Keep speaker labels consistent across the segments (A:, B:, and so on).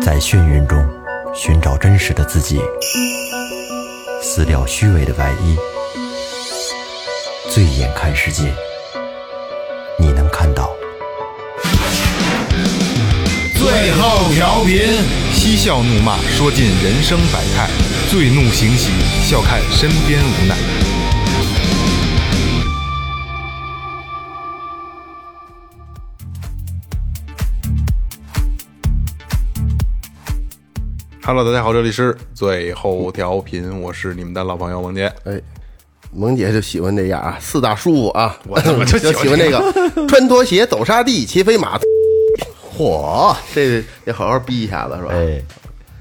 A: 在眩晕中寻找真实的自己，撕掉虚伪的外衣，醉眼看世界，你能看到。
B: 最后调频，
C: 嬉笑怒骂，说尽人生百态；醉怒行喜，笑看身边无奈。Hello，大家好，这里是最后调频，我是你们的老朋友王杰。
D: 哎，萌姐就喜欢这样啊，四大舒服啊，
C: 我怎么就
D: 就
C: 喜欢
D: 喜欢这个穿拖鞋走沙地，骑飞马。嚯，这得好好逼一下子是吧？
A: 哎，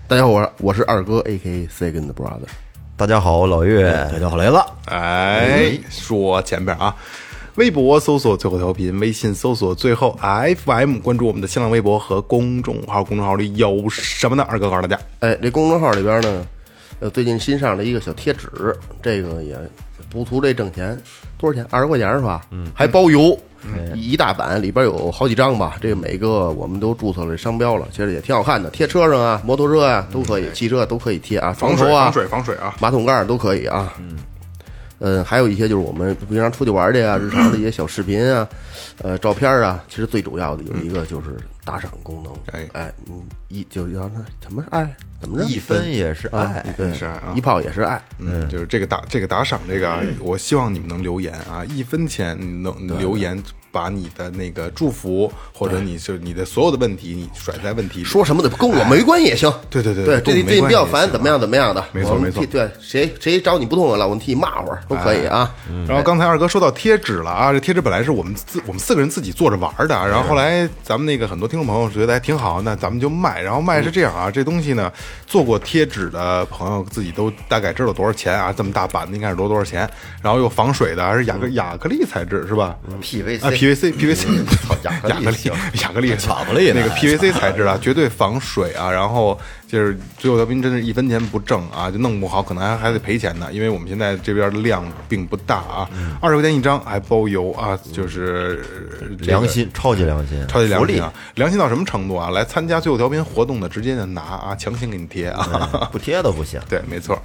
D: 大家好，我是我是二哥，A K Second Brother。
A: 大家好，我老岳，
E: 大家好，来了，
C: 哎，说前边啊，微博搜索最后调频，微信搜索最后 FM，关注我们的新浪微博和公众号，公众号里有什么呢？二哥告诉大家，
D: 哎，这公众号里边呢，呃，最近新上了一个小贴纸，这个也不图这挣钱，多少钱？二十块钱是吧？嗯，还包邮，
C: 嗯哎
D: 一大版里边有好几张吧。这个每个我们都注册了商标了，其实也挺好看的，贴车上啊，摩托车啊都可以，汽车都可以贴啊，
C: 嗯防
D: 床
C: 水
D: 头啊
C: 防，水防水啊！
D: 马桶盖儿都可以啊。嗯，呃，还有一些就是我们平常出去玩儿的呀，日常的一些小视频啊，呃，照片儿啊。其实最主要的有一个就是打赏功能。
C: 哎
D: 哎，你一就叫那什么爱怎么着？
E: 一分也是
F: 哎
E: 爱，
D: 嗯对
C: 是啊
D: 一炮也是爱。
C: 嗯，就是这个打这个打赏这个啊，我希望你们能留言啊，一分钱你能留言，把你的那个祝福或者你是你的所有的问题，你甩在问题里。
D: 说什么的跟我没关系也行，
C: 对对对
D: 对，
C: 跟我没
D: 最最近
C: 关
D: 比
C: 系
D: 较
C: 也
D: 烦，
C: 行
D: 怎么样怎么样的，
C: 没错
D: 我们
C: 没错
D: 替对谁谁找你不痛快了，我们替你骂会儿都可以啊。
C: 然后刚才二哥说到贴纸了啊，这贴纸本来是我们自我们四个人自己做着玩儿的啊，然后后来咱们那个很多听众朋友觉得还挺好，那咱们就卖。然后卖是这样啊，这东西呢，做过贴纸的朋友自己都大概知道多少钱啊，这么大版的应该是多多少钱。然后又防水的，还是亚克亚克力材质是吧？
E: PVC
C: 啊，PVC PVC，
E: 亚嗯克
C: 亚
E: 力
C: 克力亚克力
E: 巧克力呢
C: 那个 PVC 材质啊，绝对防水啊。然后就是最后调频真是一分钱不挣啊，就弄不好可能还还得赔钱呢，因为我们现在这边的量并不大啊，
E: 嗯
C: 二十块钱一张还包邮啊，就是呃这个
E: 良心，超级良心，
C: 超级良心啊！良心到什么程度啊？来参加最后调频活动的，直接就拿啊，强行给你贴啊！
E: 不贴都不行。
C: 对，没错。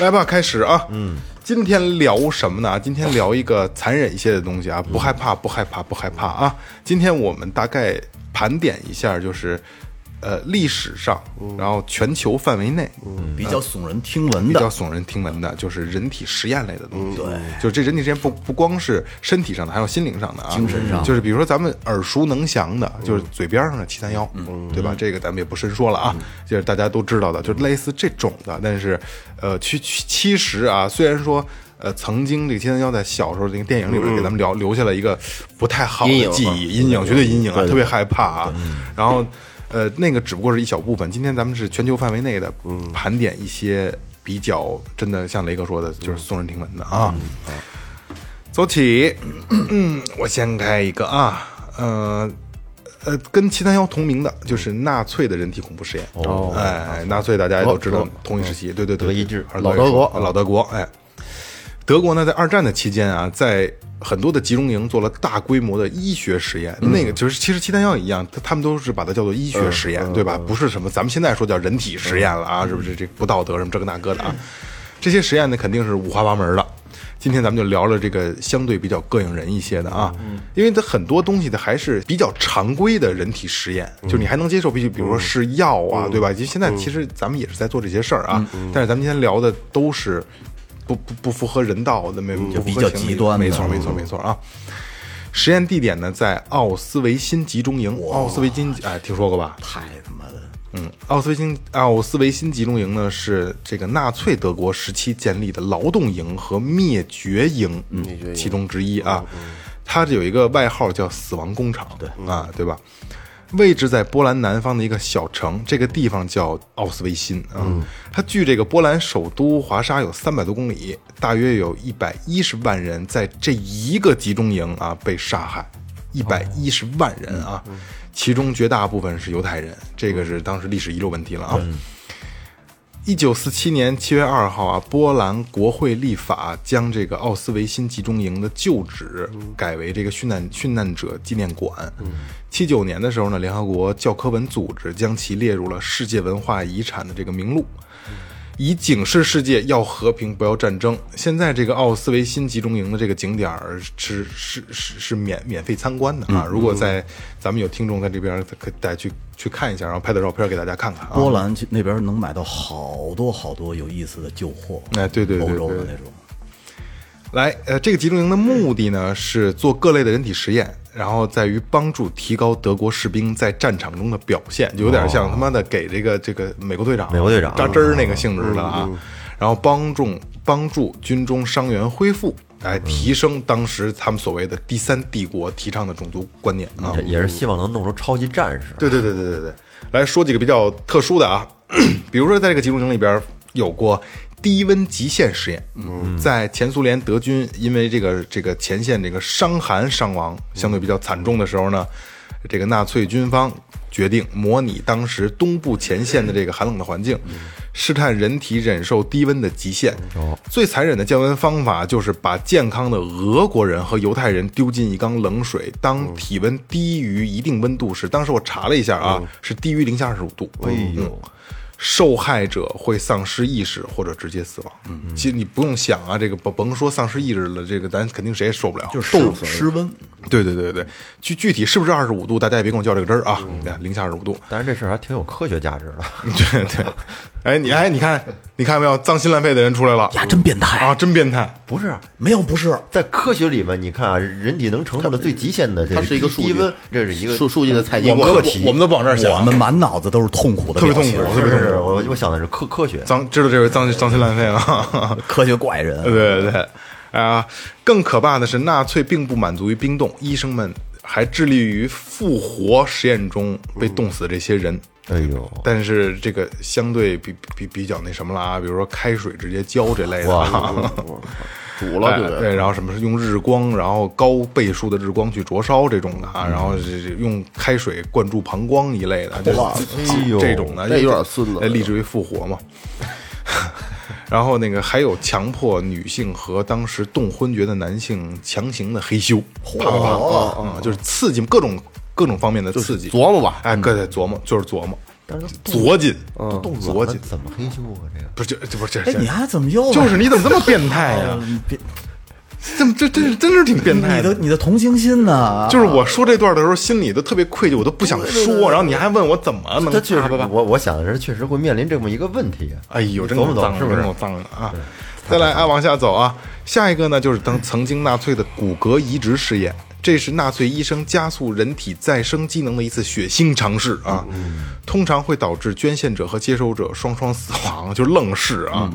C: 来吧，开始啊！嗯，今天聊什么呢？今天聊一个残忍一些的东西啊，不害怕，不害怕，不害怕啊！今天我们大概盘点一下，就是呃历史上，然后全球范围内，
E: 比较耸人听闻
C: 比较
E: 的，
C: 耸人听闻的，就是人体实验类的东西。嗯对，就这人体实验不不光是身体上的，还有心灵上的嗯啊，精神上，就是比如说咱们耳熟能详的，就是嘴边上的七三幺，对吧？这个咱们也不深说了啊，就是大家都知道的，就类似这种的。但是，呃，其其其实啊，虽然说。呃，曾经这个七三幺在小时候这个电影里边给咱们留留下了一个不太好
D: 阴
C: 的
D: 影
C: 记忆，嗯阴影，绝嗯对阴影啊，特别害怕啊。然后，呃，那个只不过是一小部分。今天咱们是全球范围内的盘点一些比较真的，像雷哥说的，就是耸人听闻的啊。走起，嗯，我先开一个啊，呃。呃，跟七三幺同名的就是纳粹的人体恐怖实验。哦，哎，纳粹大家也都知道，同一时期，对对对，
E: 德意志
C: 二哥也
D: 老德
C: 说
D: 国
C: 老德国，哎，德国呢，在二战的期间啊，在很多的集中营做了大规模的医学实验。那个就是，其实七三幺一样，他他们都是把它叫做医学实验，对吧？不是什么咱们现在说叫人体实验了啊，是不是？这不道德什么这个那个的啊，这些实验呢肯定是五花八门的。今天咱们就聊聊这个相对比较膈应人一些的啊，因为它很多东西的还是比较常规的人体实验，
E: 嗯
C: 就你还能接受，比比如说是药啊，对吧？其实现在其实咱们也是在做这些事儿啊，
E: 嗯
C: 但是咱们今天聊的都是不不不符合人道的，没不符合
E: 嗯比较
C: 情理
E: 极端的
C: 没错没错没错啊。实验地点呢在奥斯维辛集中营，奥斯维辛哎听说过吧？
E: 太他妈的，
C: 嗯，奥斯维辛奥斯维辛集中营呢是这个纳粹德国时期建立的劳动营和灭绝营，其中之一啊。它有一个外号叫“死亡工厂”，对啊，对吧？位置在波兰南方的一个小城，这个地方叫奥斯维辛啊。它距这个波兰首都华沙有三百多公里，大约有一百一十万人在这一个集中营啊被杀害。一百一十万人啊，其中绝大部分是犹太人，这个是当时历史遗留问题了啊。一九四七年七月二号啊，波兰国会立法将这个奥斯维辛集中营的旧址改为这个殉难殉难者纪念馆。
E: 嗯
C: 七九年的时候呢，联合国教科文组织将其列入了世界文化遗产的这个名录。以警示世界要和平，不要战争。现在这个奥斯维辛集中营的这个景点儿是是是是免免费参观的
E: 嗯
C: 啊！如果在咱们有听众在这边，可以大家去去看一下，然后拍点照片给大家看看啊。
E: 波兰去那边能买到好多好多有意思的旧货，
C: 哎对对对
E: 欧洲的
C: 对
E: 那种，
C: 来，呃，这个集中营的目的呢是做各类的人体实验，然后在于帮助提高德国士兵在战场中的表现，就有点像他妈的给这个这个美国队长、
E: 美国队长嗯
C: 扎针儿那个性质的啊，然后帮助帮助军中伤员恢复，来
E: 嗯
C: 提升当时他们所谓的第三帝国提倡的种族观念啊。
E: 也也是希望能弄出超级战士。
C: 对对对对对对，来说几个比较特殊的啊， 比如说在这个集中营里边有过低温极限实验，嗯，在前苏联德军因为这个这个前线这个伤寒伤亡相对比较惨重的时候呢，这个纳粹军方决定模拟当时东部前线的这个寒冷的环境，试探人体忍受低温的极限。最残忍的降温方法就是把健康的俄国人和犹太人丢进一缸冷水，当体温低于一定温度时，当时我查了一下啊，是低于零下二十五度。哎呦！受害者会丧失意识或者直接死亡。嗯，其实你不用想啊，这个甭甭说丧失意识了，这个咱肯定谁也受不了。
E: 就是冻失温，
C: 对对对对，具具体是不是二十五度，大家也别跟我较这个真儿啊，
B: 嗯
C: 零下二十五度。
E: 但是这事儿还挺有科学价值的。
C: 对对， 哎你哎你看你看没有，脏心烂肺的人出来了
E: 呀，真变态！
C: 啊，真变态。
E: 不是，
B: 没有不是，
E: 在科学里面，你看啊，人体能承受的最极限的，这
D: 它是一个数
E: 低
D: 据
E: 温，这是一个
D: 数数据的采集
E: 我们
D: 过
E: 个
D: 程
E: 体，
B: 我们都不往这儿
E: 我
B: 想
E: 们。
B: 们满脑子都是痛苦的
C: 特别
B: 表
C: 痛
B: 情，
C: 苦，
E: 是
C: 特别
E: 不
C: 痛苦。
E: 是？我我想的是科科学，
C: 脏知道这位脏脏心烂肺了，
B: 科学怪人
C: 对对对，啊，更可怕的是，纳粹并不满足于冰冻，医生们还致力于复活实验中被冻死的这些人。
E: 哎呦，
C: 但是这个相对比比比较那什么了啊，比如说开水直接浇这类的啊，
D: 煮了
C: 哎
D: 对
C: 对，然后什么是用日光，然后高倍数的日光去灼烧这种的啊，然后是用开水灌注膀胱一类的，这
E: 哎呦
C: 这种的，
D: 这有点孙子
C: 哎立志于复活嘛。然后那个还有强迫女性和当时冻昏厥的男性强行的嘿咻，啪啪啪，嗯，就是刺激各种各种方面的刺激，
D: 对，琢磨吧，
C: 哎，各得琢磨，就是琢磨，
E: 但是
C: 琢进，
E: 冻
C: 琢
E: 卵
C: 进，
E: 怎么黑修啊？这个
C: 不是这这不是
B: 哎
C: 这，
B: 你还怎么又
C: 就是你怎么这么变态呀、
B: 嗯别
C: 这这这是真是挺变态
B: 你的你啊的同情心呢？
C: 就是我说这段的时候，心里都特别愧疚，我都不想说。然后你还问我怎么能
E: 他确实，
C: 啪啪啪
E: 我我想的是，确实会面临这么一个问题。啊
C: 哎呦，真
E: 懂不
C: 够脏
E: 懂？
C: 了，
E: 是不
C: 真
E: 是
C: 够？脏了啊！再来啊，往下走啊，下一个呢就是当曾经纳粹的骨骼移植实验，这是纳粹医生加速人体再生机能的一次血腥尝试
E: 嗯
C: 啊，通常会导致捐献者和接收者双双死亡，
E: 嗯
C: 就是愣是啊。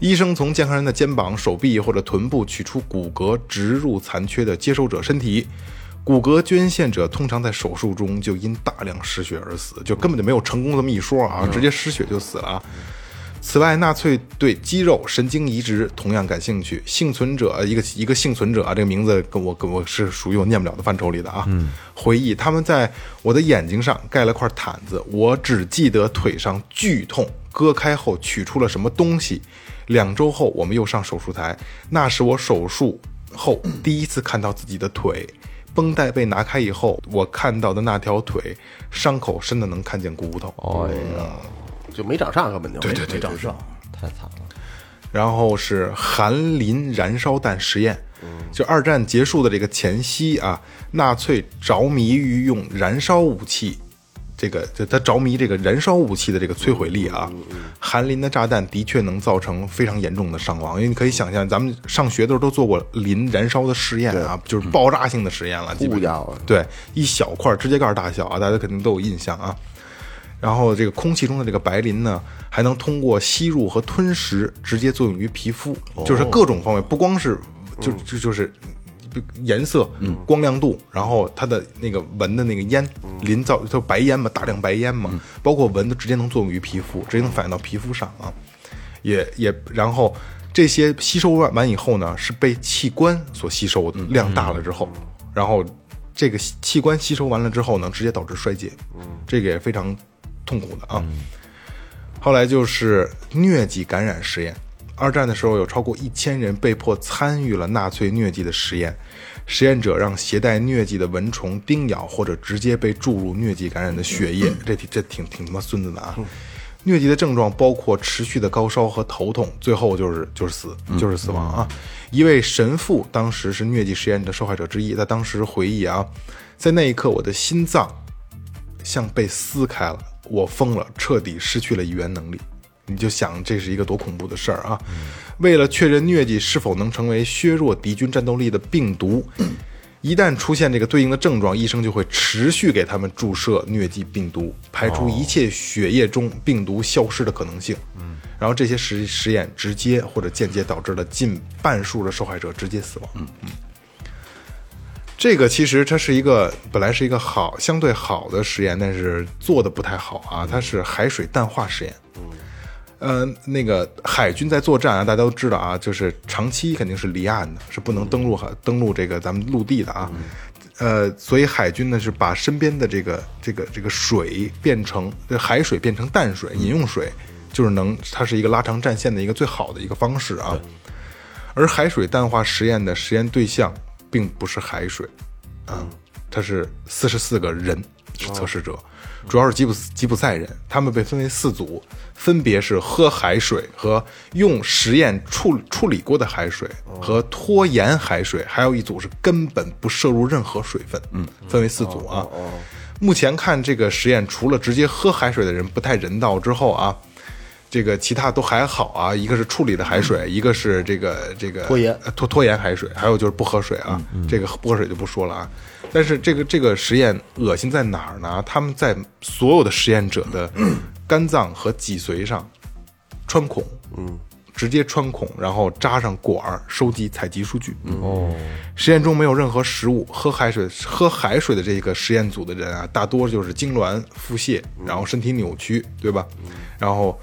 C: 医生从健康人的肩膀、手臂或者臀部取出骨骼，植入残缺的接收者身体。骨骼捐献者通常在手术中就因大量失血而死，就根本就没有成功这么一说
E: 嗯
C: 啊，直接失血就死了啊。此外，纳粹对肌肉、神经移植同样感兴趣。幸存者一个一个幸存者啊，这个名字跟我跟我是属于我念不了的范畴里的啊。嗯，回忆他们在我的眼睛上盖了块毯子，我只记得腿上剧痛，割开后取出了什么东西。两周后，我们又上手术台，那是我手术后第一次看到自己的腿。绷带被拿开以后，我看到的那条腿伤口深的能看见骨头。哦
D: 就没长上根本就对
C: 对对
D: 长上，
E: 太惨了。
C: 然后是含磷燃烧弹实验，就二战结束的这个前夕啊，纳粹着迷于用燃烧武器，这个就他着迷这个燃烧武器的这个摧毁力啊，含磷的炸弹的确能造成非常严重的伤亡，因为你可以想象，咱们上学的时候都做过磷燃烧的实验啊，就是爆炸性的实验了，基本
D: 不家伙
C: 对，一小块指甲盖大小啊，大家肯定都有印象啊。然后这个空气中的这个白磷呢，还能通过吸入和吞食直接作用于皮肤，就是各种方面，不光是就就就是颜色、光亮度，然后它的那个闻的那个烟，磷造就白烟嘛，大量白烟嘛，包括闻的直接能作用于皮肤，直接能反映到皮肤上啊，也也然后。这些吸收完完以后呢，是被器官所吸收的，量大了之后，然后这个器官吸收完了之后呢，直接导致衰竭，这个也非常痛苦的啊。后来就是疟疾感染实验。二战的时候，有超过一千人被迫参与了纳粹疟疾的实验。实验者让携带疟疾的蚊虫叮咬，或者直接被注入疟疾感染的血液。这挺这挺挺他妈孙子的啊！疟疾的症状包括持续的高烧和头痛，最后就是就是死，就是死亡啊！一位神父当时是疟疾实验的受害者之一，他当时回忆啊，在那一刻我的心脏像被撕开了，我疯了，彻底失去了语言能力。你就想这是一个多恐怖的事儿啊！为了确认疟疾是否能成为削弱敌军战斗力的病毒，一旦出现这个对应的症状，医生就会持续给他们注射疟疾病毒，排除一切血液中病毒消失的可能性。嗯，然后这些实实验直接或者间接导致了近半数的受害者直接死亡。这个其实它是一个本来是一个好相对好的实验，但是做的不太好啊。它是海水淡化实验。嗯，呃，那个海军在作战啊，大家都知道啊，就是长期肯定是离岸的，是不能登陆海登陆这个咱们陆地的啊。呃，所以海军呢是把身边的这个这个这个水变成这海水变成淡水饮用水，就是能它是一个拉长战线的一个最好的一个方式啊。而海水淡化实验的实验对象并不是海水，啊，它是四十四个人是测试者，主要是吉普斯吉普赛人，他们被分为四组，分别是喝海水和用实验处处理过的海水和拖延海水，还有一组是根本不摄入任何水分，嗯，分为四组啊。目前看这个实验，除了直接喝海水的人不太人道之后啊。这个其他都还好啊，一个是处理的海水，一个是这个这个
D: 嗯拖延嗯
C: 呃拖拖延海水，还有就是不喝水啊，这个不喝水就不说了啊。但是这个这个实验恶心在哪儿呢？他们在所有的实验者的肝脏和脊髓上穿孔，嗯，直接穿孔，然后扎上管儿，收集采集数据。哦，实验中没有任何食物，喝海水喝海水的这个实验组的人啊，大多就是痉挛、腹泻，然后身体扭曲，对吧？然后。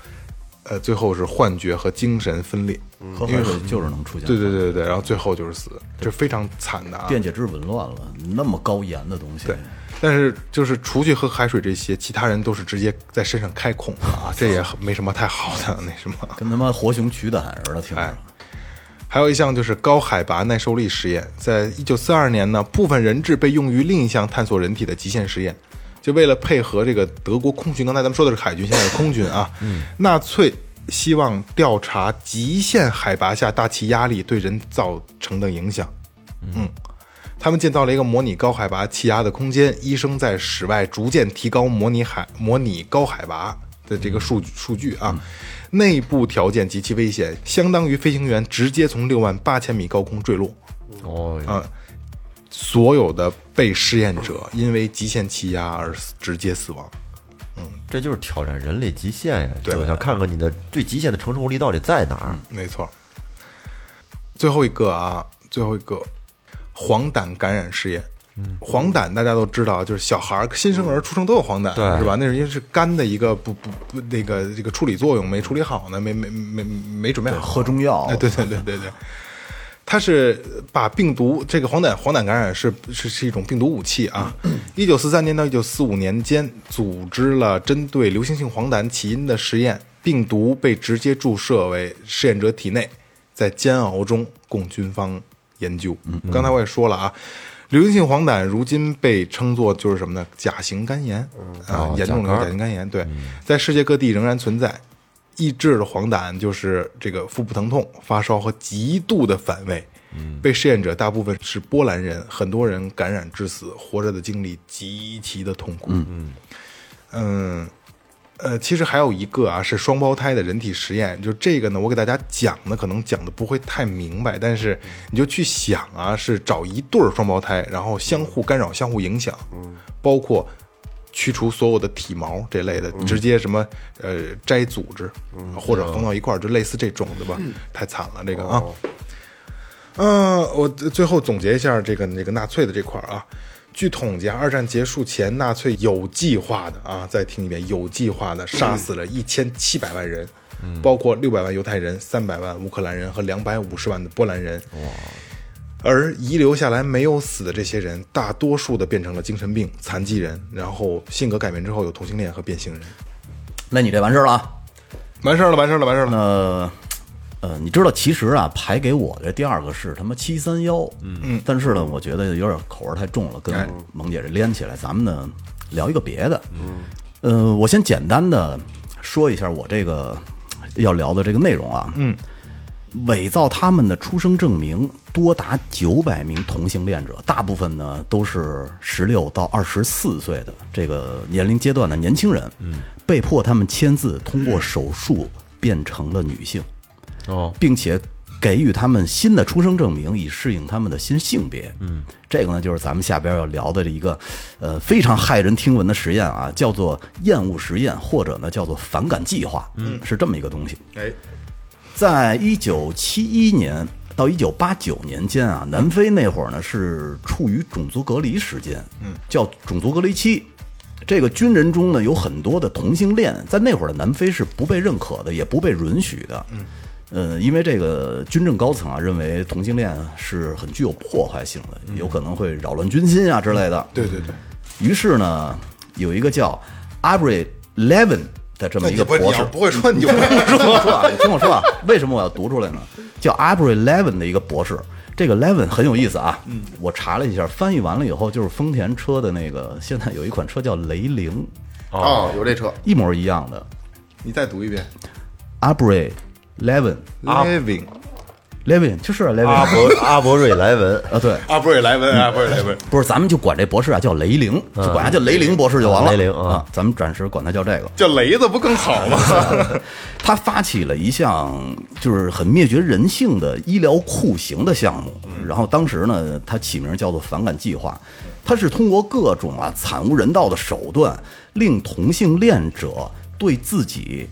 C: 呃，最后是幻觉和精神分裂，
B: 喝海水就是能出现。
C: 嗯对对对对对，然后最后就是死，这非常惨的啊。
B: 电解质紊乱了，那么高盐的东西，
C: 对，但是就是除去喝海水这些，其他人都是直接在身上开孔的啊，这也很没什么太好的那什么。
B: 跟他妈活熊取胆似的，听
C: 哎
B: 着。
C: 还有一项就是高海拔耐受力实验，在一九四二年呢，部分人质被用于另一项探索人体的极限实验，就为了配合这个德国空军。刚才咱们说的是海军，现在是空军啊。纳粹希望调查极限海拔下大气压力对人造成的影响。嗯，他们建造了一个模拟高海拔气压的空间，医生在室外逐渐提高模拟海模拟高海拔的这个数据数据啊。内部条件极其危险，相当于飞行员直接从六万八千米高空坠落。
F: 哦，
C: 啊，所有的被试验者因为极限气压而死直接死亡。
F: 这就是挑战人类极限呀！
C: 对
F: 就想看看你的最极限的承受力到底在哪儿。
C: 没错。最后一个啊，最后一个黄疸感染试验。黄疸大家都知道，就是小孩儿新生儿出生都有黄疸，
F: 对
C: 是吧？那是因为是肝的一个不不不那个这个处理作用没处理好呢，没没没没准备好，
B: 喝中药
C: 哎，对对对对对，它是把病毒这个黄疸黄疸感染是是是一种病毒武器 啊。一九四三年到一九四五年间，组织了针对流行性黄疸起因的实验，病毒被直接注射为试验者体内，在煎熬中供军方研究。刚才我也说了啊。流行性黄疸如今被称作就是什么呢？甲型肝炎啊，严重的甲型肝嗯炎。对，在世界各地仍然存在。抑制的黄疸就是这个腹部疼痛、发烧和极度的反胃。被试验者大部分是波兰人，很多人感染致死，活着的经历极其的痛苦。嗯嗯，呃，其实还有一个啊，是双胞胎的人体实验，就这个呢，我给大家讲的可能讲的不会太明白，但是你就去想啊，是找一对儿双胞胎，然后相互干扰、相互影响，包括驱除所有的体毛这类的，直接什么呃摘组织，或者缝到一块儿，就类似这种的吧，太惨了这个啊。嗯，我最最后总结一下这个那个纳粹的这块儿啊。据统计，啊二战结束前，纳粹有计划的啊，再听一遍，有计划的杀死了一千七百万人，包括六百万犹太人、三百万乌克兰人和两百五十万的波兰人。而遗留下来没有死的这些人，大多数的变成了精神病、残疾人，然后性格改变之后有同性恋和变性人。
B: 那你这完事儿了啊？
C: 完事儿了，完事儿了，完事儿了。
B: 呃，呃，你知道，其实啊，排给我的第二个是他妈七三幺，嗯，哎但是呢，我觉得有点口味太重了，跟萌姐这连起来，咱们呢聊一个别的，嗯，呃，我先简单的说一下我这个要聊的这个内容啊，嗯，伪造他们的出生证明多达九百名同性恋者，大部分呢都是十六到二十四岁的这个年龄阶段的年轻人，嗯，被迫他们签字通过手术变成了女性。
E: 嗯
F: 哦，
B: 并且给予他们新的出生证明，以适应他们的新性别。嗯，这个呢，就是咱们下边要聊的一个呃非常骇人听闻的实验啊，叫做厌恶实验，或者呢叫做反感计划。嗯，是这么一个东西。
C: 哎，
B: 在一九七一年到一九八九年间啊，南非那会儿呢是处于种族隔离时间，嗯，叫种族隔离期。这个军人中呢有很多的同性恋，在那会儿的南非是不被认可的，也不被允许的。嗯，呃，因为这个军政高层啊认为同性恋是很具有破坏性的，有可能会扰乱军心啊之类的。
C: 嗯对对对，
B: 于是呢，有一个叫 Avery Levin 的这么
C: 那
B: 一
C: 你
B: 个
C: 不
B: 博
C: 你
B: 士
C: 要，不会说 你就不会
B: 听 我说啊，你听我说啊，为什么我要读出来呢？叫 Avery Levin 的一个博士，这个 Levin 很有意思啊。嗯，我查了一下，翻译完了以后就是丰田车的那个，现在有一款车叫雷凌，
D: 哦，有这车，
B: 一模一样的。
C: 啊你再读一遍。
B: Avery Levin
C: Living
B: Levin 就是啊 Levin
F: 阿
B: 啊
F: 伯阿伯瑞莱文，
B: 对，
C: 阿布瑞莱文，啊阿布瑞莱文，
B: 不是，咱们就管这博士啊叫雷凌，就管他叫雷凌博士就完了。
F: 雷凌啊
B: 啊，咱们暂时管他叫这个。
C: 叫雷子不更好吗？
B: 他发起了一项就是很灭绝人性的医疗酷刑的项目，然后当时呢，他起名叫做“反感计划”，他是通过各种啊惨无人道的手段，令同性恋者对自己。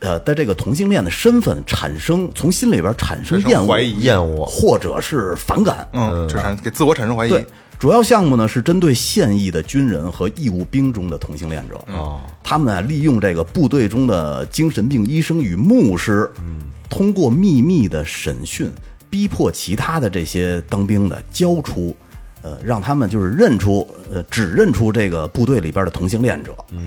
B: 呃，的这个同性恋的身份产生从心里边产
C: 产
B: 生
C: 生
B: 厌恶、
C: 怀疑
F: 厌恶
B: 或者是反感，
C: 嗯，这产给自我产生怀疑。
B: 对，主要项目呢是针对现役的军人和义务兵中的同性恋者。哦，他们啊利用这个部队中的精神病医生与牧师，嗯，通过秘密的审讯，逼迫其他的这些当兵的交出。呃，让他们就是认出，呃，指认出这个部队里边的同性恋者。嗯，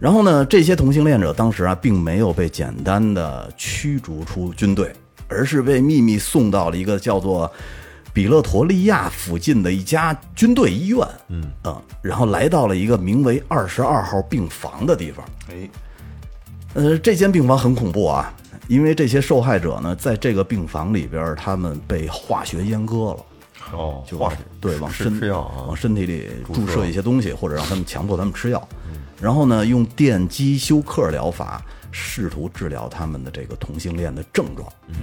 B: 然后呢，这些同性恋者当时啊，并没有被简单的驱逐出军队，而是被秘密送到了一个叫做比勒陀利亚附近的一家军队医院。嗯啊、然后来到了一个名为二十二号病房的地方。
C: 哎，
B: 呃，这间病房很恐怖啊，因为这些受害者呢，在这个病房里边，他们被化学阉割了。
F: 哦，
B: 就
F: 化
B: 往
F: 学
B: 对往
F: 是
B: 身
F: 吃药啊
B: 往，身体里注射一些东西，或者让他们强迫他们吃药，然后呢，用电击休克疗法试图治疗他们的这个同性恋的症状。嗯，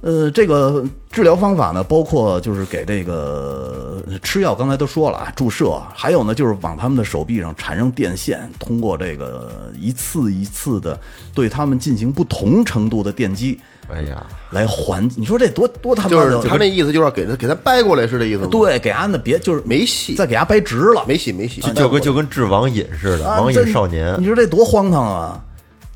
B: 呃，这个治疗方法呢，包括就是给这个呃吃药，刚才都说了啊，注射，还有呢就是往他们的手臂上缠上电线，通过这个一次一次的对他们进行不同程度的电击。
F: 哎呀，
B: 来缓，你说这多多他妈
D: 就
B: 的
D: 是他那意思，就是要给他给他掰过来，是这意思吗？，
B: 对，给安的别就是
D: 没戏
B: 再给他掰直了，
D: 没戏没戏，
F: 就就跟就跟治网瘾似的，
B: 啊
F: 网
B: 这
F: 瘾少年
B: 你，说这多荒唐啊！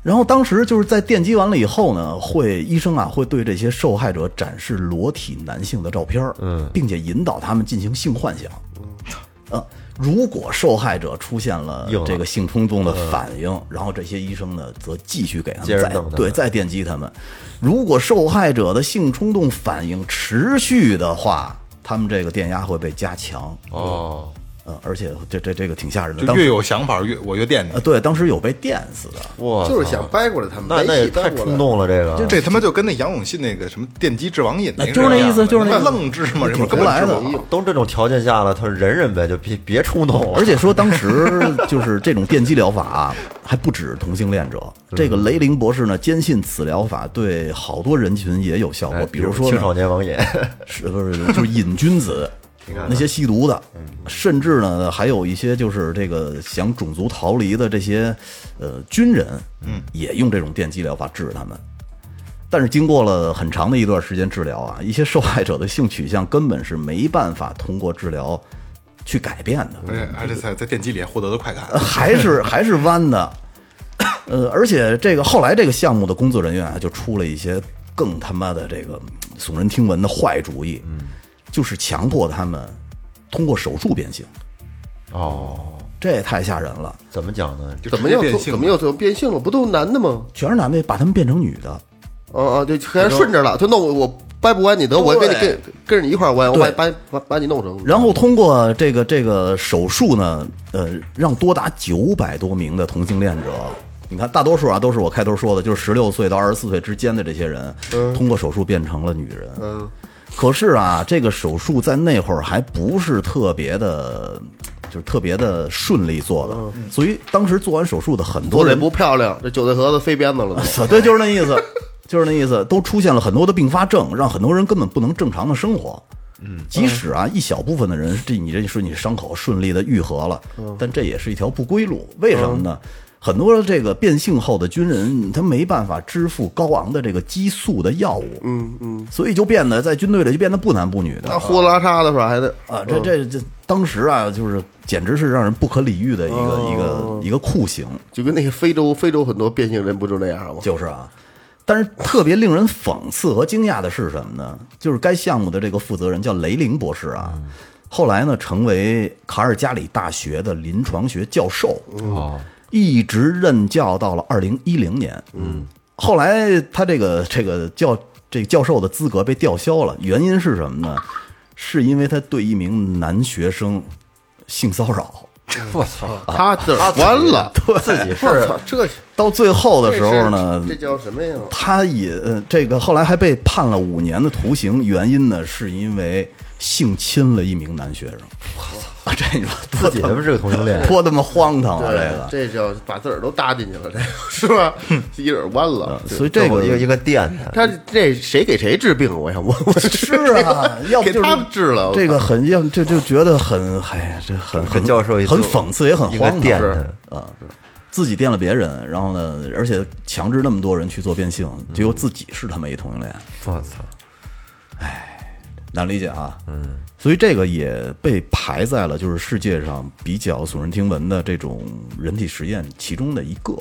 B: 然后当时就是在电击完了以后呢，会医生啊会对这些受害者展示裸体男性的照片，嗯，并且引导他们进行性幻想。呃，如果受害者出现了
F: 嗯硬了嗯
B: 这个性冲动的反应，然后这些医生呢则继续给他
F: 接
B: 们
F: 着
B: 再
F: 弄他们
B: 对再电击他们。如果受害者的性冲动反应持续的话，他们这个电压会被加强。
F: 哦，
B: 呃，而且这这这个挺吓人的，
C: 就
B: 当
C: 越
B: 时
C: 有想法越我越惦记
B: 呃，。对，当时有被电死的，
F: 哇，
D: 就是想掰过来他们，
F: 那那
D: 没
F: 也
D: 戏掰
F: 太
D: 过来
F: 冲，动了，这个
C: 这他妈就跟那杨永信那个什么电击治网瘾那个
B: 哎就是那意思
C: 一样的
B: 就是那意思
C: 愣治嘛，这不
B: 挺
C: 根
B: 胡
C: 本
B: 来
C: 治
B: 的
C: 不了。
F: 都这种条件下了，他说忍忍呗，就别别冲动了，
B: 哦而且说当时就是这种电击疗法啊，还不止同性恋者。这个雷凌博士呢，坚信此疗法对好多人群也有效 果
F: 哎，
B: 比如说
F: 青少
B: 呢，
F: 年网瘾，
B: 是不是就是瘾君子，那些吸毒的，甚至呢还有一些就是这个想种族逃离的这些呃军人，嗯，也用这种电击疗法治他们。但是经过了很长的一段时间治疗啊，一些受害者的性取向根本是没办法通过治疗去改变的。
C: 而且而且哎在在电击里获得的快感，
B: 还是还是弯的。呃，而且这个后来这个项目的工作人员啊，就出了一些更他妈的这个嗯耸人听闻的坏主意，就是强迫他们通过手术变性。
F: 哦，
B: 这也太吓人了，
F: 怎么讲呢？
C: 就
D: 怎
C: 直
D: 么
C: 接
D: 又
C: 变性
D: 怎么又怎么变性了？不都男的吗？
B: 全是男的把他们变成女的，
D: 哦哦，对，还顺着了，就弄我掰不弯你得，我跟你跟跟着你一块儿弯，我把把把把你弄成。
B: 然后通过这个这个手术呢，呃，让多达九百多名的同性恋者，你看大多数啊都是我开头说的，就是十六岁到二十四岁之间的这些人，通过手术变成了女人。嗯，可是啊，这个手术在那会儿还不是特别的，就是特别的顺利做的，所以当时做完手术的很
D: 我
B: 多
D: 得
B: 人
D: 不漂亮，这韭菜盒子飞鞭子了 都。
B: 对，就是那意思，就是那意思，都出现了很多的并发症，让很多人根本不能正常的生活。嗯，即使啊一小部分的人，这你这说你伤口顺利的愈合了，但这也是一条不归路。为什么呢？很多这个变性后的军人，他没办法支付高昂的这个激素的药物，嗯嗯，啊所以就变得在军队里就变得不男不女的
D: 那呼啦嚓的时候还得
B: 啊，这这这当时啊，就是简直是让人不可理喻的一个、一个一个酷刑。
D: 就跟那个非洲非洲很多变性人不就那样吗？
B: 就是啊，但是特别令人讽刺和惊讶的是什么呢？就是该项目的这个负责人叫雷凌博士啊，后来呢成为卡尔加里大学的临床学教授，
F: 哦，
B: 一直任教到了二零一零年。嗯，后来他这个这个教这个教授的资格被吊销了，原因是什么呢？是因为他对一名男学生性骚扰。
F: 我操，
D: 他
B: 啊
D: 这弯了，
F: 自己是
D: 我操，这
B: 到最后的时候 呢，
D: 这叫什么呀？
B: 他也呃，这个后来还被判了五年的徒刑，原因呢是因为性侵了一名男学生。我操！这你说
F: 自
B: 多
F: 己他妈是个同性 恋，
B: 多他妈荒唐啊！这
D: 对
B: 个，，
D: 这叫把自个儿都搭进去了，这个是吧？自己耳弯了。
B: 嗯所以这
F: 我
B: 个
F: 一个一个垫的，
D: 他这谁给谁治病啊？我想问，我
B: 是啊，要不
D: 给
B: 就是
D: 他治了。
B: 这个很要这就觉得很哎呀，这很
F: 跟
B: 很
F: 教授一
B: 很
F: 坐
B: 讽刺也很
F: 一个
B: 荒唐
F: 垫的，
B: 啊。自己电了别人，然后呢，而且强制那么多人去做变性，
F: 嗯
B: 结果自己是他妈一同性恋，
F: 我操，
B: 难理解啊，嗯，所以这个也被排在了就是世界上比较耸人听闻的这种人体实验其中的一个，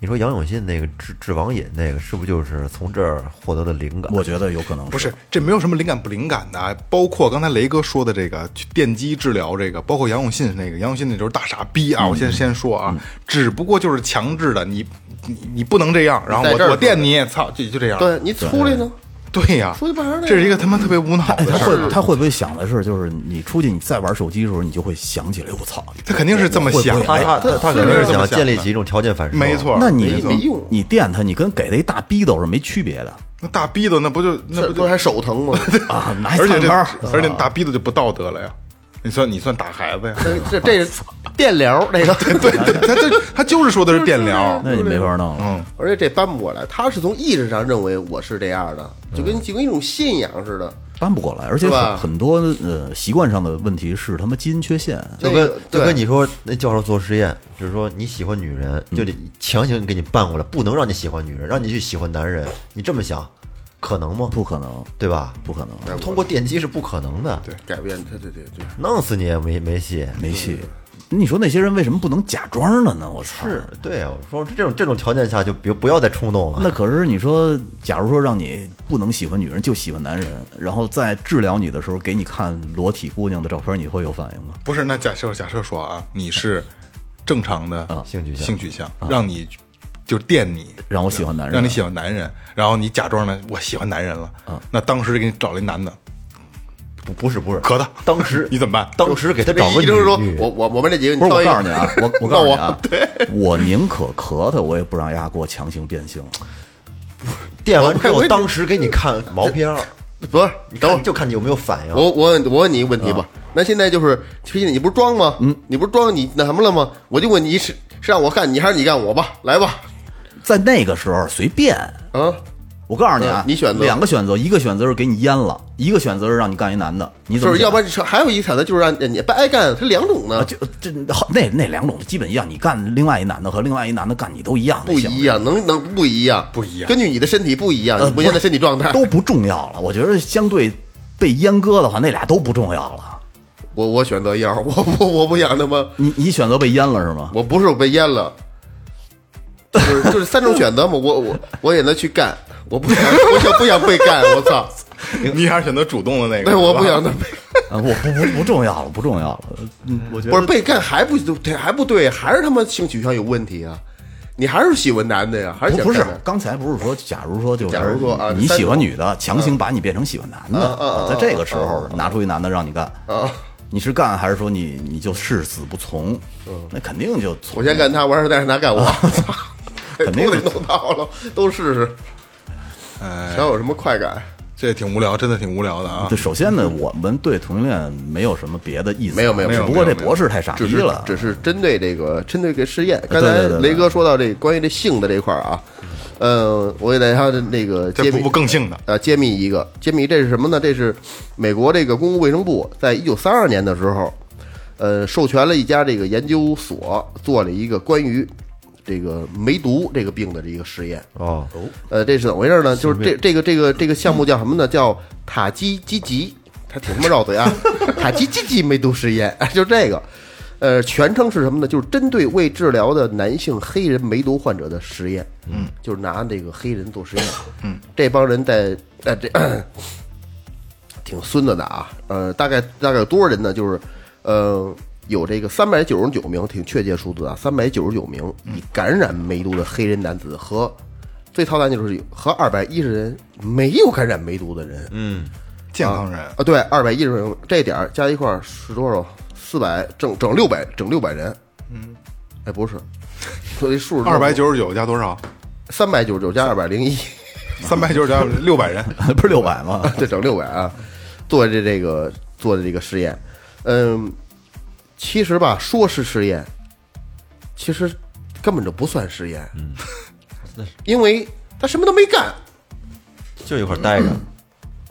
F: 你说杨永信那个治治网瘾那个，是不是就是从这儿获得的灵感？
B: 我觉得有可能
C: 不是，这没有什么灵感不灵感的啊，包括刚才雷哥说的这个去电击治疗，这个包括杨永信那个，杨永信那就是大傻逼啊！我先先说啊，只不过就是强制的，你你你不能这样，然后
D: 在这儿
C: 我我电你，操，就就这样。
D: 对你出来呢，
C: 对呀、
D: 出去玩儿呢
C: 这是一个他妈特别无脑
B: 哎，他
C: 的事儿。
B: 会他会不会想的是，就是你出去你再玩手机的时候，你就会想起来，我操，
C: 他肯定是这么想
F: 他
C: 的，
F: 他他他肯定是想建立起一哦种条件反射，
C: 没错。
B: 那你
D: 没没用
B: 你电他，你跟给他一大逼斗是没区别的
C: 那大逼的那不就那不
D: 这不
C: 就是
D: 还手疼 吗？
B: 啊，拿一
C: 而且
B: 菜
C: 这
B: 单儿
C: 而且大逼的就不道德了呀？你算你算打孩子呀？
D: 这这这是电疗那个，
C: 对对，他这他就是说的是电疗，
B: 啊那你没法弄了，
D: 而且这搬不过来，他是从意识上认为我是这样的，就跟就跟一种信仰似的。
B: 搬不过来，而且
D: 是吧
B: 很很多呃习惯上的问题是他妈基因缺陷，
F: 就
D: 那
F: 跟
D: 个
F: 就
D: 对
F: 跟你说，那教授做实验，就是说你喜欢女人，就得强行给你办过来，不能让你喜欢女人，让你去喜欢男人，你这么想，可能吗？
B: 不可能，
F: 对吧？
B: 不可能，
F: 通过电击是不可能的，
D: 改变，对对对对，
F: 弄死你也没没戏。
B: 没戏。你说那些人为什么不能假装的呢？我操！
F: 是对啊，我说这种这种条件下就别不要再冲动了。
B: 那可是你说，假如说让你不能喜欢女人，就喜欢男人，然后在治疗你的时候给你看裸体姑娘的照片，你会有反应吗？
C: 不是，那假设假设说啊，你是正常的
F: 嗯啊性取向啊
C: 性取向，让你就电你，
B: 让我喜欢
D: 哎
B: 男人，
C: 让你喜欢男人，然后你假装呢我喜欢男人了，那当时给你找了一男的，
F: 啊不不是不是，
C: 咳的，
F: 当时
C: 你怎么办？
F: 当时给他找个
D: 医
F: 女
D: 生说，
F: 女
D: 我我我们这几个，
B: 不是
D: 挑
B: 我
D: 一个
B: 告诉你啊，我我告诉你啊，我宁可咳他，我也不让丫给我强行变性。
F: 电完之
D: 我我
F: 后，
D: 也
F: 当时给你看毛片儿，
D: 不是，
F: 你
D: 等会
F: 看
D: 儿
F: 就看你有没有反应。
D: 我我问我问你一个问题吧。那现在就是，其实你不是装吗？嗯，你不是装你那什么了吗？我就问你是是让我干你还是你干我吧？来吧，
B: 在那个时候随便，
D: 啊，
B: 我告诉你啊，
D: 嗯你选择
B: 两个选择，一个选择是给你阉了，一个选择是让你干一男的，你怎
D: 就
B: 么
D: 是
B: 选？
D: 要不然还有一选择就是让你不爱干，它两种
B: 啊，
D: 呢，
B: 就这那那两种基本一样，你干另外一男的和另外一男的干你都一样，
D: 不一样，能能不一样，
C: 不一样
D: 根据你的身体不一样，
B: 呃
D: 你目前的身体状态。
B: 都不重要了。我觉得相对被阉割的话，那俩都不重要了。
D: 我我选择一样，我我我不想他妈，
B: 你你选择被阉了是吗？
D: 我不是我被淹了，就是就是三 种选择嘛，我我我也能去干， 我不想我想不想被干，我操，
C: 你还是选择主动的那个，
D: 对，我
C: 是吧
D: 不想他被，
B: 啊，我不不不重要了，不重要了。嗯，我觉
D: 不
B: 得
D: 是被干还不对还不对，还是他妈性取向有问题啊！你还是喜欢男的呀？还是
B: 不
D: 想
B: 不是
D: 干男，的
B: 刚才不是说，假如说就是
D: 假如说啊
B: 你
D: 三
B: 喜欢
D: 种嗯
B: 女的，强行把你变成喜欢男的，啊在这个时候拿出一男的让你干，
D: 啊
B: 你是干还是说你你就誓死不从？那肯定就
D: 嗯
B: 从
D: 我先干他，完事儿再让他干我，操！
B: 肯定
D: 都得弄到了，都试试，
C: 哎，
D: 想有什么快感？
C: 这也挺无聊，真的挺无聊的啊
B: 对，。首先呢，我们对同性恋没有什么别的意思，
D: 没有没有
B: 只不
C: 没有
B: 过这
C: 没有
B: 博士太傻
D: 只
B: 逼
D: 是
B: 了，
D: 只是针对这个针对这个试验。刚
B: 对
D: 才
B: 对对对
D: 雷哥说到这关于这性的这块儿啊，呃，我给大家那个
C: 这
D: 揭
C: 不
D: 秘
C: 不更性的，
D: 啊，揭秘一个，揭秘这是什么呢？这是美国这个公共卫生部在一九三二年的时候，呃，授权了一家这个研究所做了一个关于这个梅毒这个病的这个实验。
F: 哦，
D: 呃，这是怎么回事呢？就是这这个这个这个项目叫什么呢？叫塔基基吉，它挺他妈绕嘴 啊！塔基基吉梅毒实验， 就这个。呃，全称是什么呢？就是针对未治疗的男性黑人梅毒患者的实验。嗯，就是拿这个黑人做实验。嗯，这帮人在在这挺孙子的啊。呃，大概大概有多少人呢？就是呃，有这个三百九十九名，挺确切数字啊，三百九十九名已感染梅毒的黑人男子和最操蛋就是和二百一十人没有感染梅毒的人。嗯
C: 健康人
D: 啊，对，二百一十人这点儿加一块儿是多少？四百整整六百整六百人。嗯，哎，不是，说这数
C: 二百九十九加多少？
D: 三百九十九加二百零一。
C: 三百九十加六百人，
B: 不是六百吗？
D: 这整六百啊，做这这个做的这个实验，嗯，其实吧，说是实验，其实根本就不算实验，嗯，因为他什么都没干，
F: 就一块儿待着，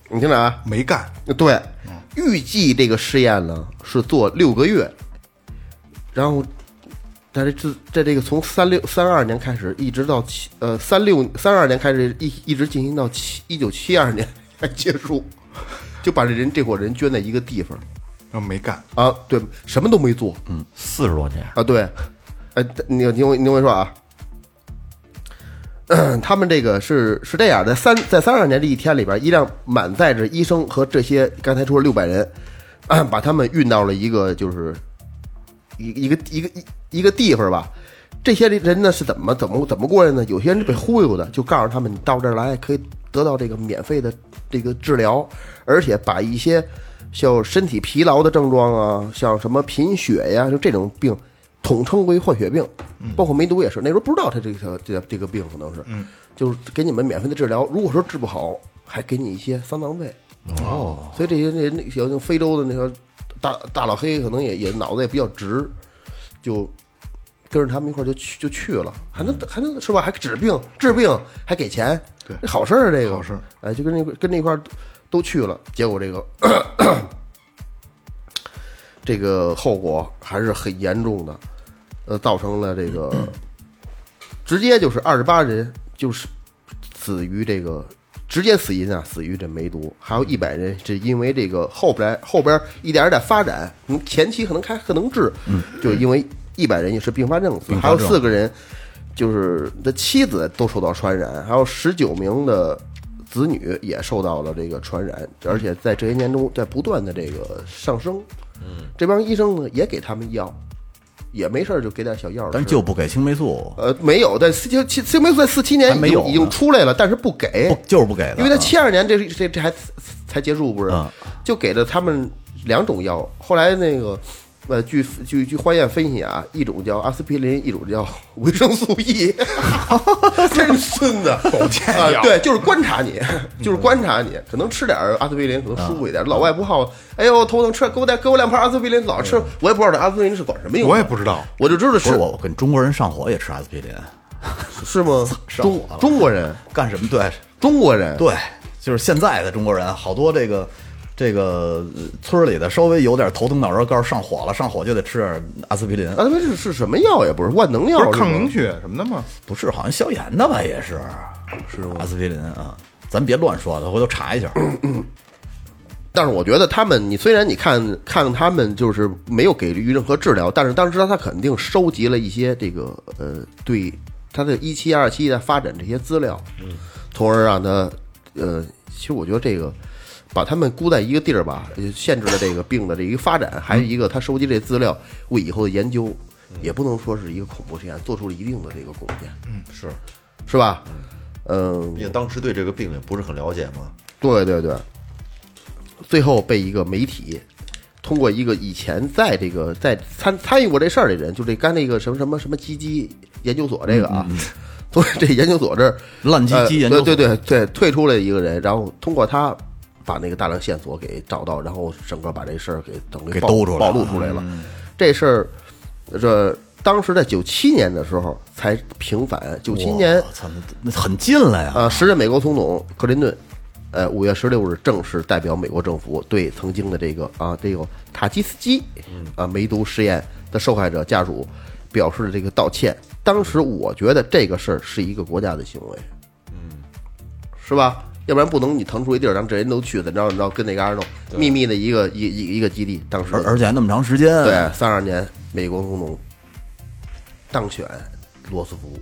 D: 你听着啊，
C: 没干，
D: 对，预计这个试验呢是做六个月，然后在这自在这个从三六三二年开始，一直到七呃三六三二年开始一一直进行到七一九七二年才结束，就把这人这伙人圈在一个地方
C: 然后没干，
D: 啊，对，什么都没做，
F: 四十多年，
D: 啊，对，呃，你你我你我跟你说啊， 他们这个是是这样，在三在三二年这一天里边，一辆满载着医生和这些刚才说六百人、啊把他们运到了一个就是一一个一个一一个地方吧。这些人呢是怎么怎么怎么过来呢？有些人是被忽悠的，就告诉他们你到这儿来可以得到这个免费的这个治疗，而且把一些像身体疲劳的症状啊，像什么贫血呀，就这种病，统称为换血病，包括梅毒也是。那时候不知道他这个这个这个病可能是，就是给你们免费的治疗，如果说治不好，还给你一些丧葬费。哦，所以这些那那小像非洲的那个大大老黑，可能也也脑子也比较直，就跟着他们一块儿就去就去了，还能还能是吧？还治病治病还给钱，嗯对，好事儿啊这个好事，哎，就跟那块跟那块儿都去了，结果这个 这个后果还是很严重的，呃，造成了这个直接就是二十八人就是死于这个直接死因啊，死于这梅毒，还有一百人是因为这个后边后边一点儿一点儿发展，嗯前期可能开可能治，就因为一百人也是嗯并发症死，还有四个人就是的妻子都受到传染，还有十九名的。子女也受到了这个传染，而且在这些年中在不断的这个上升。嗯，这帮医生呢也给他们药，也没事儿就给点小药吃。
B: 但是就不给青霉素，
D: 呃，没有，在四七七青霉素在四七年
B: 还
D: 已
B: 没
D: 经
B: 有呢
D: 已经出来了，但是不给，
B: 不就是不给的，
D: 因为在
B: 啊
D: 七二年这是这这还才结束不是
B: 嗯，
D: 就给了他们两种药。后来那个呃，据据据化验分析啊，一种叫阿司匹林，一种叫维生素 E，真孙子，保健
C: 药
D: 对，就是观察你，就是观察你，可能吃点儿阿司匹林可能舒服一点。老外不好，哎呦头疼，吃给我点给我两盘阿司匹林，老吃，我也不知道这阿司匹林是管什么用的，
C: 我也不 知道，
D: 我就知道
B: 不
D: 是
B: 是我我跟中国人上火也吃阿司匹林，
D: 是吗？中中国人。
B: 干什么对
D: 中国人，
B: 对，就是现在的中国人，好多这个这个呃村儿里的稍微有点头疼脑热高上火了，上火就得吃点阿司匹林，
D: 啊，他们是是什么药也不是万能药
C: 不
D: 是
C: 是
D: 吗，
C: 抗凝血什么的吗？
B: 不是好像消炎的吧也是，是阿司匹林啊，咱别乱说的，回头查一下。
D: 但是我觉得他们，你虽然你看看他们就是没有给予任何治疗，但是当时他肯定收集了一些这个呃对他的一期、二期的发展这些资料，从而让他呃，其实我觉得这个把他们孤在一个地儿吧，呃限制了这个病的这一个发展，还有一个他收集这资料为以后的研究，也不能说是一个恐怖实验，做出了一定的这个贡献，
C: 嗯，
F: 是，
D: 是吧？嗯
F: 毕，竟当时对这个病也不是很了解嘛。
D: 对对对，最后被一个媒体通过一个以前在这个在参参与过这事儿的人，就这干那个什么什么什么基基研究所这个
B: 嗯
D: 啊， 从这研究所这儿
B: 烂鸡鸡研究
D: 呃，
B: 所
D: 对对对对，退出了一个人，然后通过他把那个大量线索给找到，然后整个把这事儿给等于
B: 给
D: 暴
B: 兜出来
D: 暴
B: 了嗯
D: 露出来了。这事儿，这当时在九七年的时候才平反，九七年
B: 我操，那那很近了呀！
D: 呃，时任美国总统克林顿，呃，五月十六日正式代表美国政府对曾经的这个啊，这个塔基斯基啊梅毒实验的受害者家属表示了这个道歉。当时我觉得这个事儿是一个国家的行为，嗯，是吧？要不然不能你腾出一地儿，咱们这人都去，怎么着怎么着，跟那嘎儿弄秘密的一个一一一个基地。当时
B: 而而且还那么长时间，
D: 对，三二年美国总统当选罗斯福，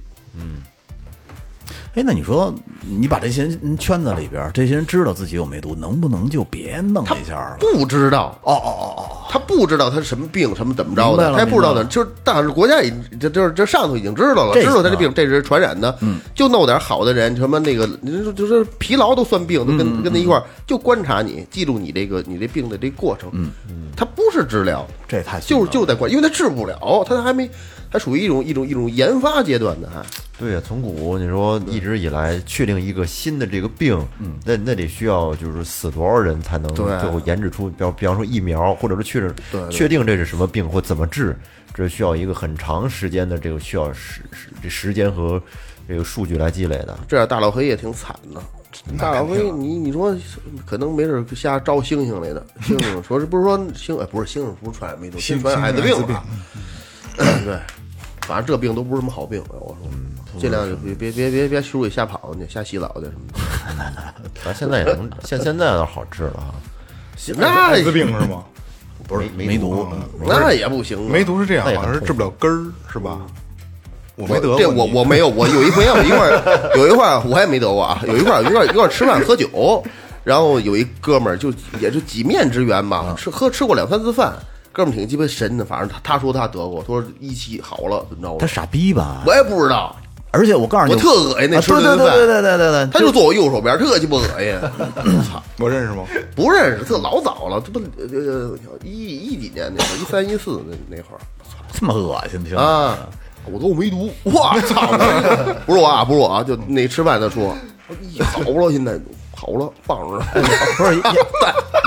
B: 哎，那你说，你把这些人圈子里边儿这些人知道自己有梅毒，能不能就别弄这下了？
D: 不知道哦哦哦哦，他不知道他是什么病，什么怎么着的，
B: 明白了
D: 他也不知道的，
B: 明白了啊
D: 就是但是国家已这这这上头已经知道了，
B: 这
D: 知道他这病这是传染的，
B: 嗯
D: 就弄点好的人，什么那个就就是疲劳都算病，都跟
B: 嗯
D: 跟他一块儿就观察你，记住你这个你这病的这过程，嗯嗯，他不是治疗，
B: 这太心
D: 就是
B: 疼
D: 就是在观，因为他治不了，他还没还属于一种一种一种研发阶段的还。
F: 对呀，从古你说一直以来确定一个新的这个病，嗯，那那得需要就是死多少人才能最
D: 对
F: 后研制出，比方比方说疫苗，或者是确认
D: 对
F: 确定这是什么病或怎么治，这需要一个很长时间的这个需要时时这时间和这个数据来积累的。
D: 这样大老黑也挺惨的。大老黑，你你说可能没事儿瞎招猩猩来的，猩猩说是不是说猩哎不是猩猩不是传染病毒，
C: 猩
D: 先传染艾滋
C: 猩
D: 病
C: 艾
D: 吧？对，反正这病都不是什么好病，我说尽量就别别别别别去路里瞎跑去，瞎洗澡去什么的。
F: 咱现在也能，现现在倒好治了啊哈，
D: 那
C: 艾滋病是吗？
F: 不是梅毒，
C: 嗯
D: 那也不行啊，
C: 梅毒是这样，
F: 那也
C: 好
F: 很
C: 像是治不了根儿，是吧？我没
D: 我
C: 得过，
D: 这我
C: 你
D: 我没有，我有一回啊我一块儿有一块儿我也没得过啊，有一块儿有一块儿有一块儿吃饭喝酒，然后有一哥们儿就也就几面之缘
C: 啊
D: 吧，吃喝吃过两三次饭，哥们儿挺鸡巴神的，反正他他说他得过，他说一期好了怎么着的，
B: 他傻逼吧？
D: 我也不知道，
B: 而且我告诉你，
D: 我特恶心那
B: 啊
D: 吃
B: 对
D: 那
B: 对
D: 顿饭
B: 对对对对对，
D: 他就坐我右手边儿，特鸡巴恶心，操，
C: 我认识吗？
D: 不认识，这老早了，这不呃一一几年那会儿，一三一四那那会儿，
B: 这么恶心，听
D: 啊，我都没毒，我操！不是我啊，不是我啊，就那吃饭的说，好了，现在好了，棒着呢。
B: 不 是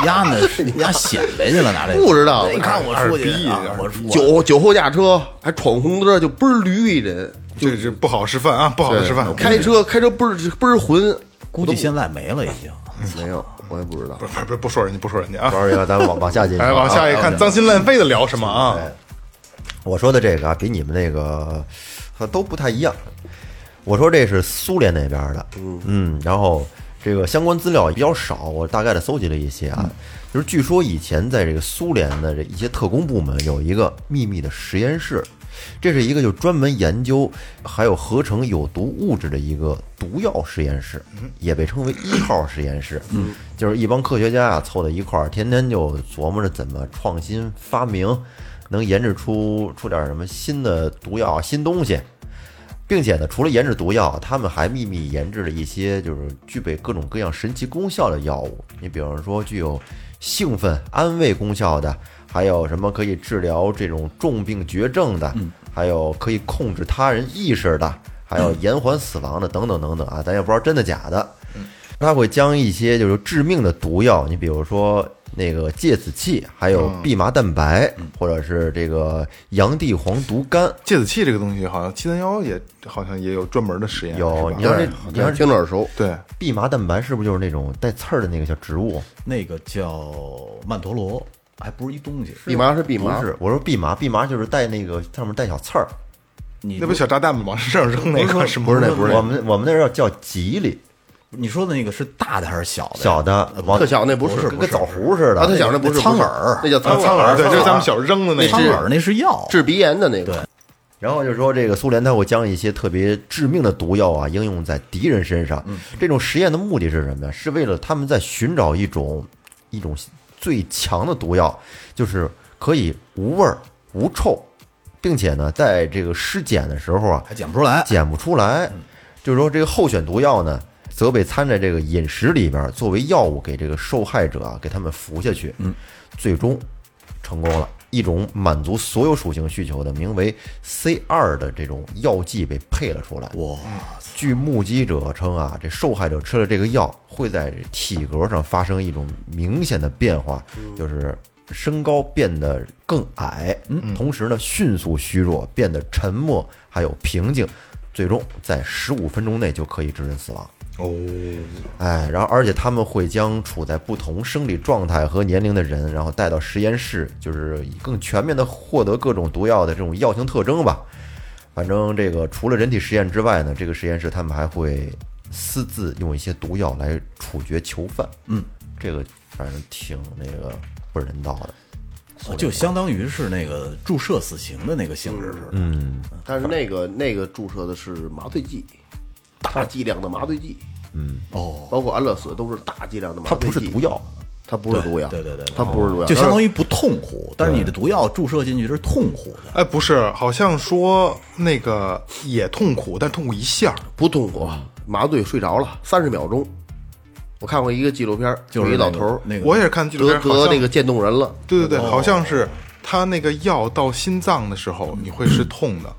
B: 压呢？压显摆去了，拿这个
D: 不知道
B: 哎你看我出
C: 二逼
B: 去啊
C: 二，逼
B: 我出
D: 酒酒后驾车还闯红灯，就倍儿驴一人，
C: 这这不好示范啊，不好示范。
D: 开车开车倍儿倍儿浑，
B: 估计现在没了已经。
D: 没有，我也不知道
C: 不。不不不说人家，不说人家啊
F: 玩。儿一个，咱往往下进啊
C: 哎，往下一看，脏心烂肺的聊什么啊？
F: 我说的这个啊，比你们那个呃都不太一样。我说这是苏联那边儿的，嗯，然后这个相关资料也比较少，我大概的搜集了一些啊。就是据说以前在这个苏联的这一些特工部门有一个秘密的实验室，这是一个就专门研究还有合成有毒物质的一个毒药实验室，也被称为一号实验室。嗯，就是一帮科学家啊凑在一块儿，天天就琢磨着怎么创新发明，能研制出出点什么新的毒药、新东西。并且呢，除了研制毒药，他们还秘密研制了一些就是具备各种各样神奇功效的药物。你比方说具有兴奋、安慰功效的，还有什么可以治疗这种重病绝症的，还有可以控制他人意识的，还有延缓死亡的，等等等等啊，咱也不知道真的假的。他会将一些就是致命的毒药，你比如说那个芥子气，还有蓖麻蛋白，或者是这个洋地黄毒苷，
C: 芥子气这个东西，好像七三幺也好像也有专门的实验，
F: 有
C: 是吧
F: 你要这你要这
D: 听着耳熟，
C: 对
F: 蓖麻蛋白是不是就是那种带刺儿的那个小植物？
B: 那个叫曼陀罗，还不是一东西。
D: 蓖麻是蓖
F: 不
D: 麻，
F: 是，我说蓖麻，蓖麻就是带那个上面带小刺儿，
B: 你
C: 那不是小炸弹吗？往身上扔那个是吗？
F: 不是那我们我们那儿叫吉利，
B: 你说的那个是大的还是小的？
F: 呃小的往
D: 特小那不是，
F: 跟个枣核似的。
D: 啊，特小那不是
B: 那苍耳
D: 那叫
C: 啊
D: 苍
C: 苍耳，对，
D: 苍
C: 就是咱们小时候扔的那
B: 苍
C: 个。
B: 耳那是药，
D: 治鼻炎的那个。
F: 然后就是说，这个苏联它会将一些特别致命的毒药啊应用在敌人身上。这种实验的目的是什么呀？是为了他们在寻找一种一种最强的毒药，就是可以无味儿、无臭，并且呢，在这个尸检的时候啊，
B: 还讲不出来。
F: 检不出来。就是说，这个候选毒药呢，则被掺在这个饮食里边，作为药物给这个受害者啊，给他们服下去。嗯，最终成功了。一种满足所有属性需求的名为 C 二的这种药剂被配了出来。
B: 哇，
F: 据目击者称啊，这受害者吃了这个药，会在体格上发生一种明显的变化，就是身高变得更矮，嗯同时呢迅速虚弱，变得沉默，还有平静，最终在十五分钟内就可以致人死亡。
C: 哦，
F: 哎，然后而且他们会将处在不同生理状态和年龄的人，然后带到实验室，就是以更全面的获得各种毒药的这种药性特征吧。反正这个除了人体实验之外呢，这个实验室他们还会私自用一些毒药来处决囚犯。嗯，这个反正挺那个不人道的。
B: 哦就相当于是那个注射死刑的那个性质似的。嗯，
D: 但是那个那个注射的是麻醉剂，大剂量的麻醉剂，
B: 哦，
D: 包括安乐死都是大剂量的麻
F: 它
D: 醉剂。
F: 不是毒，药，
D: 它不是毒药，
B: 对对对对
D: 它不是毒药，
B: 就相当于不痛苦，但是你的毒药注射进去是痛苦的。
C: 哎，不是，好像说那个也痛苦，但痛苦一下儿。
D: 不痛苦，麻醉睡着了三十秒钟。我看过一个纪录片儿，
B: 就是
D: 有一
B: 那
D: 老
B: 个
D: 头儿
B: 那个，
C: 我也是看纪录
D: 得
C: 片，好
D: 得
C: 像
D: 那个渐冻人了，
C: 对对对，好像是他那个药到心脏的时候，你会是痛的。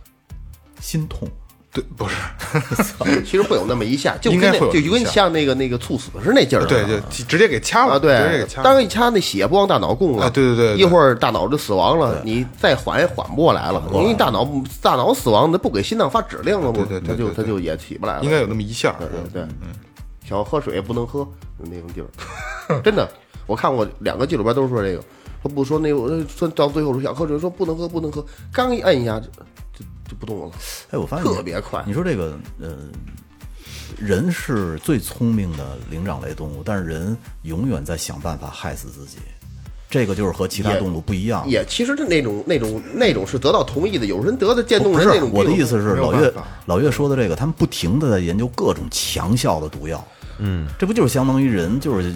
B: 心痛，
C: 嗯对，不是，
D: 其实会有那么一下，就
C: 应
D: 跟
C: 该
D: 那
C: 会有
D: 就
C: 一
D: 跟
C: 下
D: 像那个那个猝死是那劲儿 啊，
C: 对 对，直接给掐了，
D: 啊，
C: 哦直接
D: 对
C: 给，掐了。
D: 当一掐那血不往大脑供了，
C: 啊对对对对
D: 一会儿大脑就死亡了，你再缓也缓不过来了，因为大脑大脑死亡，那不给心脏发指令了吗？
C: 对对对对
D: 它就
C: 对
D: 它就也起不来了，
C: 应该有嗯那么一下儿。
D: 对对对，想要喝水也不能喝，那种地儿， 真的，我看过两个纪录片都说这个，说不说那个说到最后说想喝水，说不能喝不能喝，刚一摁一下就就就不动了，
B: 哎，我发现
D: 特别快
C: 嗯
B: 你说这个呃，人是最聪明的灵长类动物，但是人永远在想办法害死自己，这个就是和其他
D: 也
B: 动物不一样。
D: 也其实是那种那种那种是得到同意的，有人得的渐冻
B: 不
D: 人
B: 是
D: 那种病，
B: 我的意思是，
C: 没有
B: 老岳
C: 办法
B: 老岳说的这个，他们不停的在研究各种强效的毒药。嗯，这不就是相当于人就是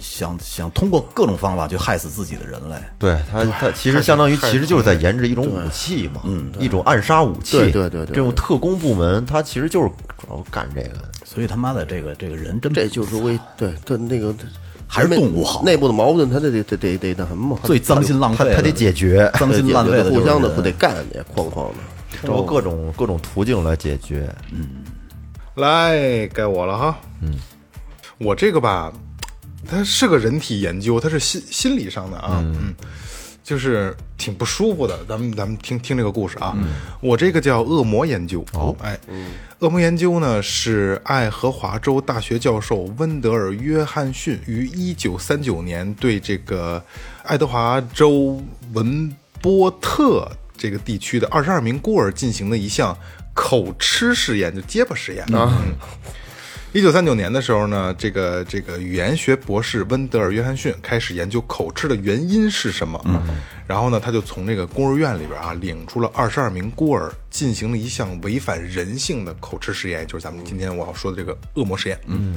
B: 想想通过各种方法去害死自己的人类？
F: 对它，它其实相当于，其实就是在研制一种武器嘛，一种暗杀武器。
D: 对对对对
F: 这种特工部门，它其实就是主要干这个的。
B: 所以他妈的这个这个人真
D: 这就是为对这那个
B: 还是动物好
D: 内部的矛盾，他得得得得得那什么嘛，
B: 最脏心浪
F: 他
B: 费的，
F: 他得解决，
B: 脏心
D: 烂
B: 烂肺的就是
D: 互相的
B: 人
D: 不得干得哐哐的。
F: 通过各种各种途径来解决。
C: 来，该我了哈。嗯，我这个吧，它是个人体研究，它是心心理上的啊，嗯，就是挺不舒服的。咱们咱们听听这个故事啊，我这个叫恶魔研究。哦，哎，恶魔研究呢是爱荷华州大学教授温德尔·约翰逊于一九三九年对这个爱德华州文波特。这个地区的二十二名孤儿进行的一项口吃试验，就结巴实验啊，嗯一九三九年的时候呢，这个这个语言学博士温德尔·约翰逊开始研究口吃的原因是什么。
F: 嗯
C: 然后呢，他就从这个孤儿院里边啊领出了二十二名孤儿，进行了一项违反人性的口吃实验，也就是咱们今天我要说的这个恶魔实验。嗯，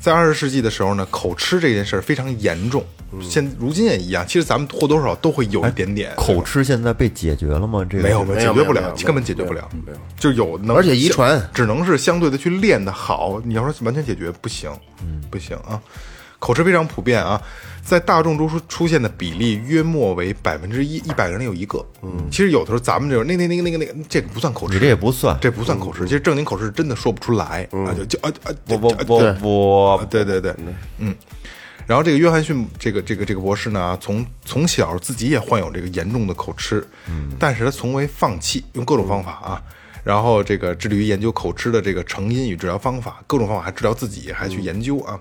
C: 在二十世纪的时候呢，口吃这件事儿非常严重，
F: 嗯
C: 现如今也一样。其实咱们或多或少都会有一点点
F: 哎口吃现在被解决了吗？这个
C: 没有，没有，
D: 没有
C: 解决不
D: 没有
C: 了
D: 没，有
C: 根本解决不了。就有能，
D: 而且遗传
C: 只能是相对的去练的好。你要说完全解决不行，嗯，不行啊。口吃非常普遍啊，在大众中出出现的比例约莫为百分之一，一百个人里有一个。嗯，其实有的时候咱们这种那那那个那个那个，这个不算口吃，
F: 你这也不算。
C: 这不算口吃。其实正经口吃真的说不出来啊，就就啊啊，
F: 我
C: 就
F: 我
C: 就啊
F: 我我，
C: 对对对，嗯。然后这个约翰逊这个这个这个博士呢，从从小自己也患有这个严重的口吃，嗯，但是他从未放弃，用各种方法啊，然后这个致力于研究口吃的这个成因与治疗方法，各种方法还治疗自己，还去研究啊。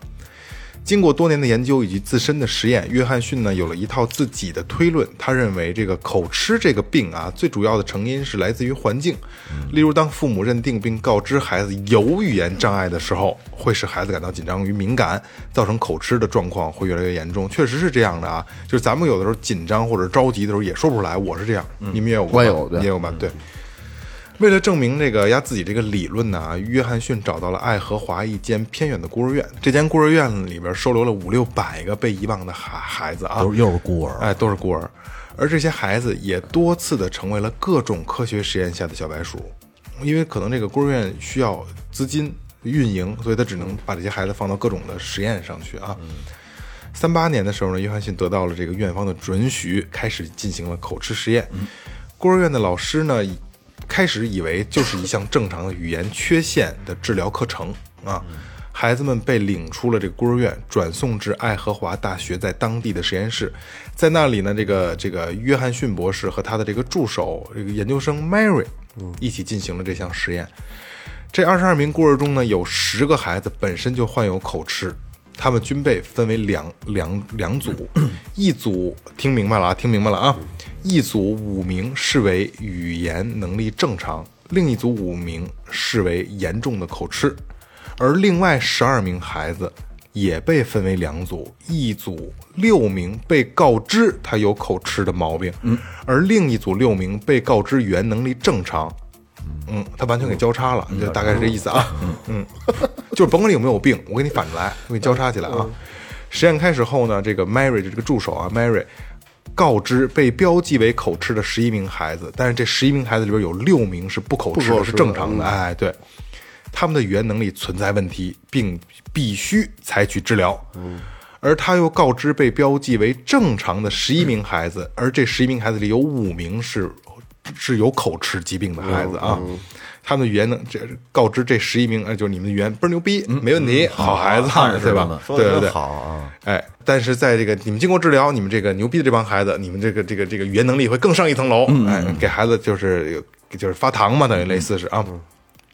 C: 经过多年的研究以及自身的实验，约翰逊呢有了一套自己的推论。他认为这个口吃这个病啊，最主要的成因是来自于环境，例如当父母认定并告知孩子有语言障碍的时候，会使孩子感到紧张与敏感，造成口吃的状况会越来越严重。确实是这样的啊，嗯就是咱们有的时候紧张或者着急的时候也说不出来，我是这样，你们也有过吧，
D: 我有对
C: 也有吧？对。为了证明这个他自己这个理论呢、约翰逊找到了爱荷华一间偏远的孤儿院，这间孤儿院里边收留了五六百个被遗忘的孩孩子啊，
B: 都是又是孤儿，
C: 哎，都是孤儿，而这些孩子也多次的成为了各种科学实验下的小白鼠，因为可能这个孤儿院需要资金运营，所以他只能把这些孩子放到各种的实验上去啊。三八年的时候呢，约翰逊得到了这个院方的准许，开始进行了口吃实验。孤儿院的老师呢，以开始以为就是一项正常的语言缺陷的治疗课程啊。孩子们被领出了这个孤儿院，转送至爱荷华大学在当地的实验室，在那里呢，这个这个约翰逊博士和他的这个助手这个研究生 Mary，一起进行了这项实验。这二十二名孤儿中呢，有十个孩子本身就患有口吃，他们均被分为两两两组，一组听明白了啊，听明白了啊，一组五名视为语言能力正常，另一组五名视为严重的口吃，而另外十二名孩子也被分为两组，一组六名被告知他有口吃的毛病，而另一组六名被告知语言能力正常，嗯，他完全给交叉了，就大概是这意思啊。嗯，就是甭管你有没有病，我给你反着来，我给你交叉起来啊。实验开始后呢，这个 Mary 的这个助手啊，Mary 告知被标记为口吃的十一名孩子，但是这十一名孩子里边有六名是不口吃的，是正常的。哎，对，他们的语言能力存在问题，并必须采取治疗。嗯。而他又告知被标记为正常的十一名孩子，而这十一名孩子里有五名是是有口吃疾病的孩子啊。他们的语言能这告知这十一名，呃，就是你们的语言倍儿牛逼，没问题，嗯好孩子，啊对吧？
F: 说
C: 对
F: 的真
C: 对对，
F: 好啊！
C: 哎，但是在这个你们经过治疗，你们这个牛逼的这帮孩子，你们这个这个这个语言能力会更上一层楼。哎，给孩子就是就是发糖嘛，等于类似是啊。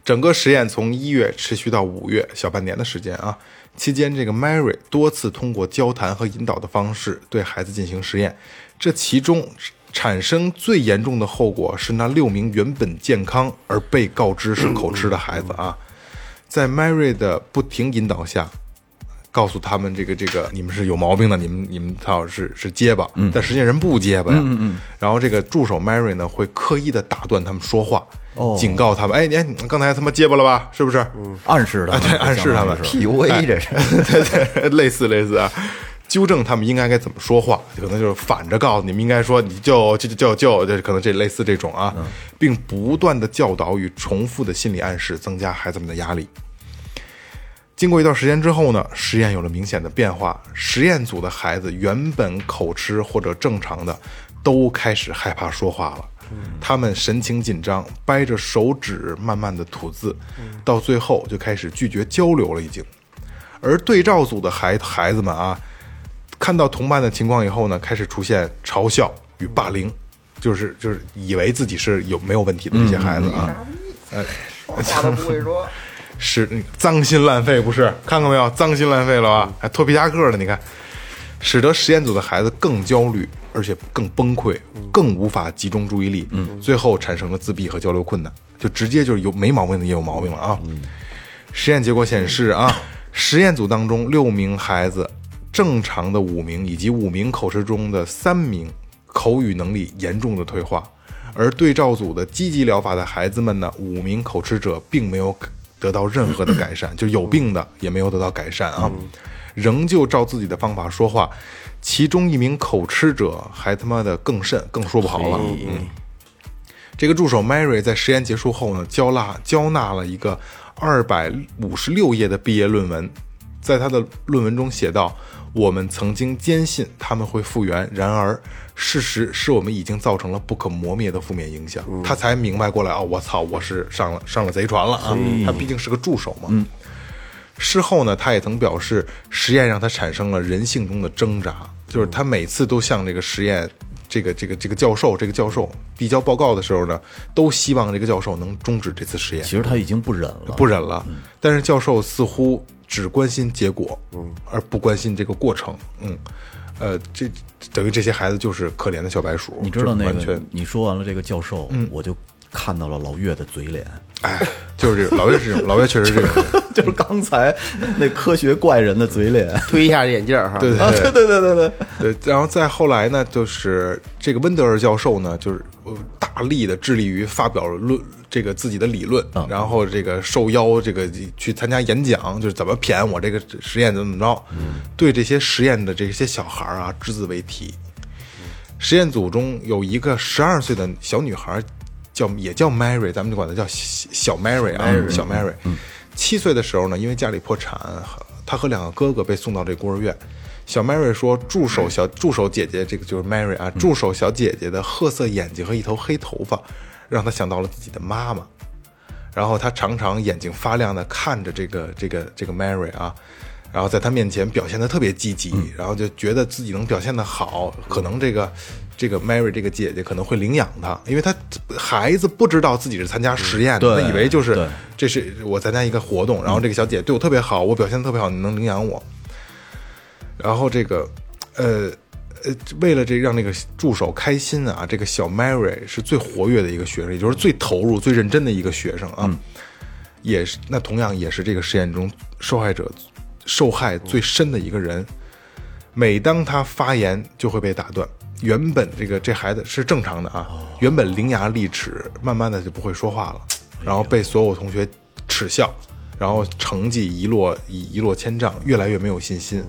C: 整个实验从一月持续到五月，小半年的时间啊。期间，这个 Mary 多次通过交谈和引导的方式对孩子进行实验，这其中产生最严重的后果是那六名原本健康而被告知是口吃的孩子啊，在 Mary 的不停引导下，告诉他们这个这个你们是有毛病的，你们你们操是是结巴，但实际上人不结巴呀。然后这个助手 Mary 呢会刻意的打断他们说话，警告他们，哎，你哎你刚才他妈结巴了吧？是不是？
B: 暗示的，
C: 哎对，暗示他们
F: PUA 这是，
C: 对对， 类似类似啊，纠正他们应该该怎么说话，可能就是反着告诉你们应该说你就就就就就，可能这类似这种啊，并不断的教导与重复的心理暗示，增加孩子们的压力。经过一段时间之后呢，实验有了明显的变化。实验组的孩子原本口吃或者正常的，都开始害怕说话了。他们神情紧张，掰着手指慢慢的吐字，到最后就开始拒绝交流了，已经。而对照组的孩孩子们啊，看到同伴的情况以后呢，开始出现嘲笑与霸凌，就是就是以为自己是有没有问题的这些孩子啊，
D: 话都不会说，
C: 是脏心烂肺，不是？看看没有，脏心烂肺了吧？还脱皮夹克呢，你看，使得实验组的孩子更焦虑，而且更崩溃，更无法集中注意力，最后产生了自闭和交流困难，就直接就是有没毛病的也有毛病了啊。实验结果显示啊，实验组当中六名孩子，正常的五名以及五名口吃中的三名口语能力严重的退化，而对照组的积极疗法的孩子们呢，五名口吃者并没有得到任何的改善，就是有病的也没有得到改善啊，仍旧照自己的方法说话，其中一名口吃者还他妈的更甚，更说不好了。嗯这个助手 Mary 在实验结束后呢，交纳交纳了一个二百五十六页的毕业论文，在他的论文中写道：“我们曾经坚信他们会复原，然而事实是我们已经造成了不可磨灭的负面影响。他才明白过来啊、我操，我是上了上了贼船了啊！他毕竟是个助手嘛。事后呢，他也曾表示，实验让他产生了人性中的挣扎，就是他每次都向这个实验。这个这个这个教授，这个教授递交报告的时候呢，都希望这个教授能终止这次实验
B: 其，实他已经不忍了，
C: 不忍了。
B: 嗯
C: 但是教授似乎只关心结果，
B: 嗯
C: 而不关心这个过程。嗯，呃，这等于这些孩子就是可怜的小白鼠，
B: 你知道
C: 就是
B: 那
C: 完
B: 个
C: 全？嗯
B: 你说完了这个教授，我就看到了老岳的嘴 脸，
C: 哎，就是这种老岳是这种，老岳确实是 这种人，
B: 就是刚才那科学怪人的嘴脸。
D: 推一下眼镜儿哈，
C: 对
B: 啊，
C: 对
B: 对对对对对，
C: 对，然后再后来呢，就是这个温德尔教授呢，就是呃大力的致力于发表论这个自己的理论，然后这个受邀这个去参加演讲，就是怎么骗我这个实验怎么怎么着，对这些实验的这些小孩儿啊只字未提。实验组中有一个十二岁的小女孩，叫也叫 Mary，咱们就管她叫小小 Mary 啊，小 Mary。七岁的时候呢，因为家里破产，她和两个哥哥被送到这孤儿院。小 Mary 说，助手小助手姐姐，这个就是 Mary 啊，助手小姐姐的褐色眼睛和一头黑头发，让她想到了自己的妈妈。然后他常常眼睛发亮的看着这个这个这个 Mary 啊，然后在他面前表现的特别积极，
B: 嗯
C: 然后就觉得自己能表现的好，可能这个这个 Mary 这个姐姐可能会领养他，因为他孩子不知道自己是参加实验的，
B: 嗯对
C: 他以为就是
B: 对
C: 这是我参加一个活动，然后这个小姐对我特别好，我表现的特别好，你能领养我。然后这个，呃呃，为了这让那个助手开心啊，这个小 Mary 是最活跃的一个学生，也就是最投入、最认真的一个学生啊，也是那同样也是这个实验中受害者受害最深的一个人。每当他发言，就会被打断。原本这个这孩子是正常的啊，原本伶牙俐齿，慢慢的就不会说话了，然后被所有同学耻笑，然后成绩一落一一落千丈，越来越没有信心。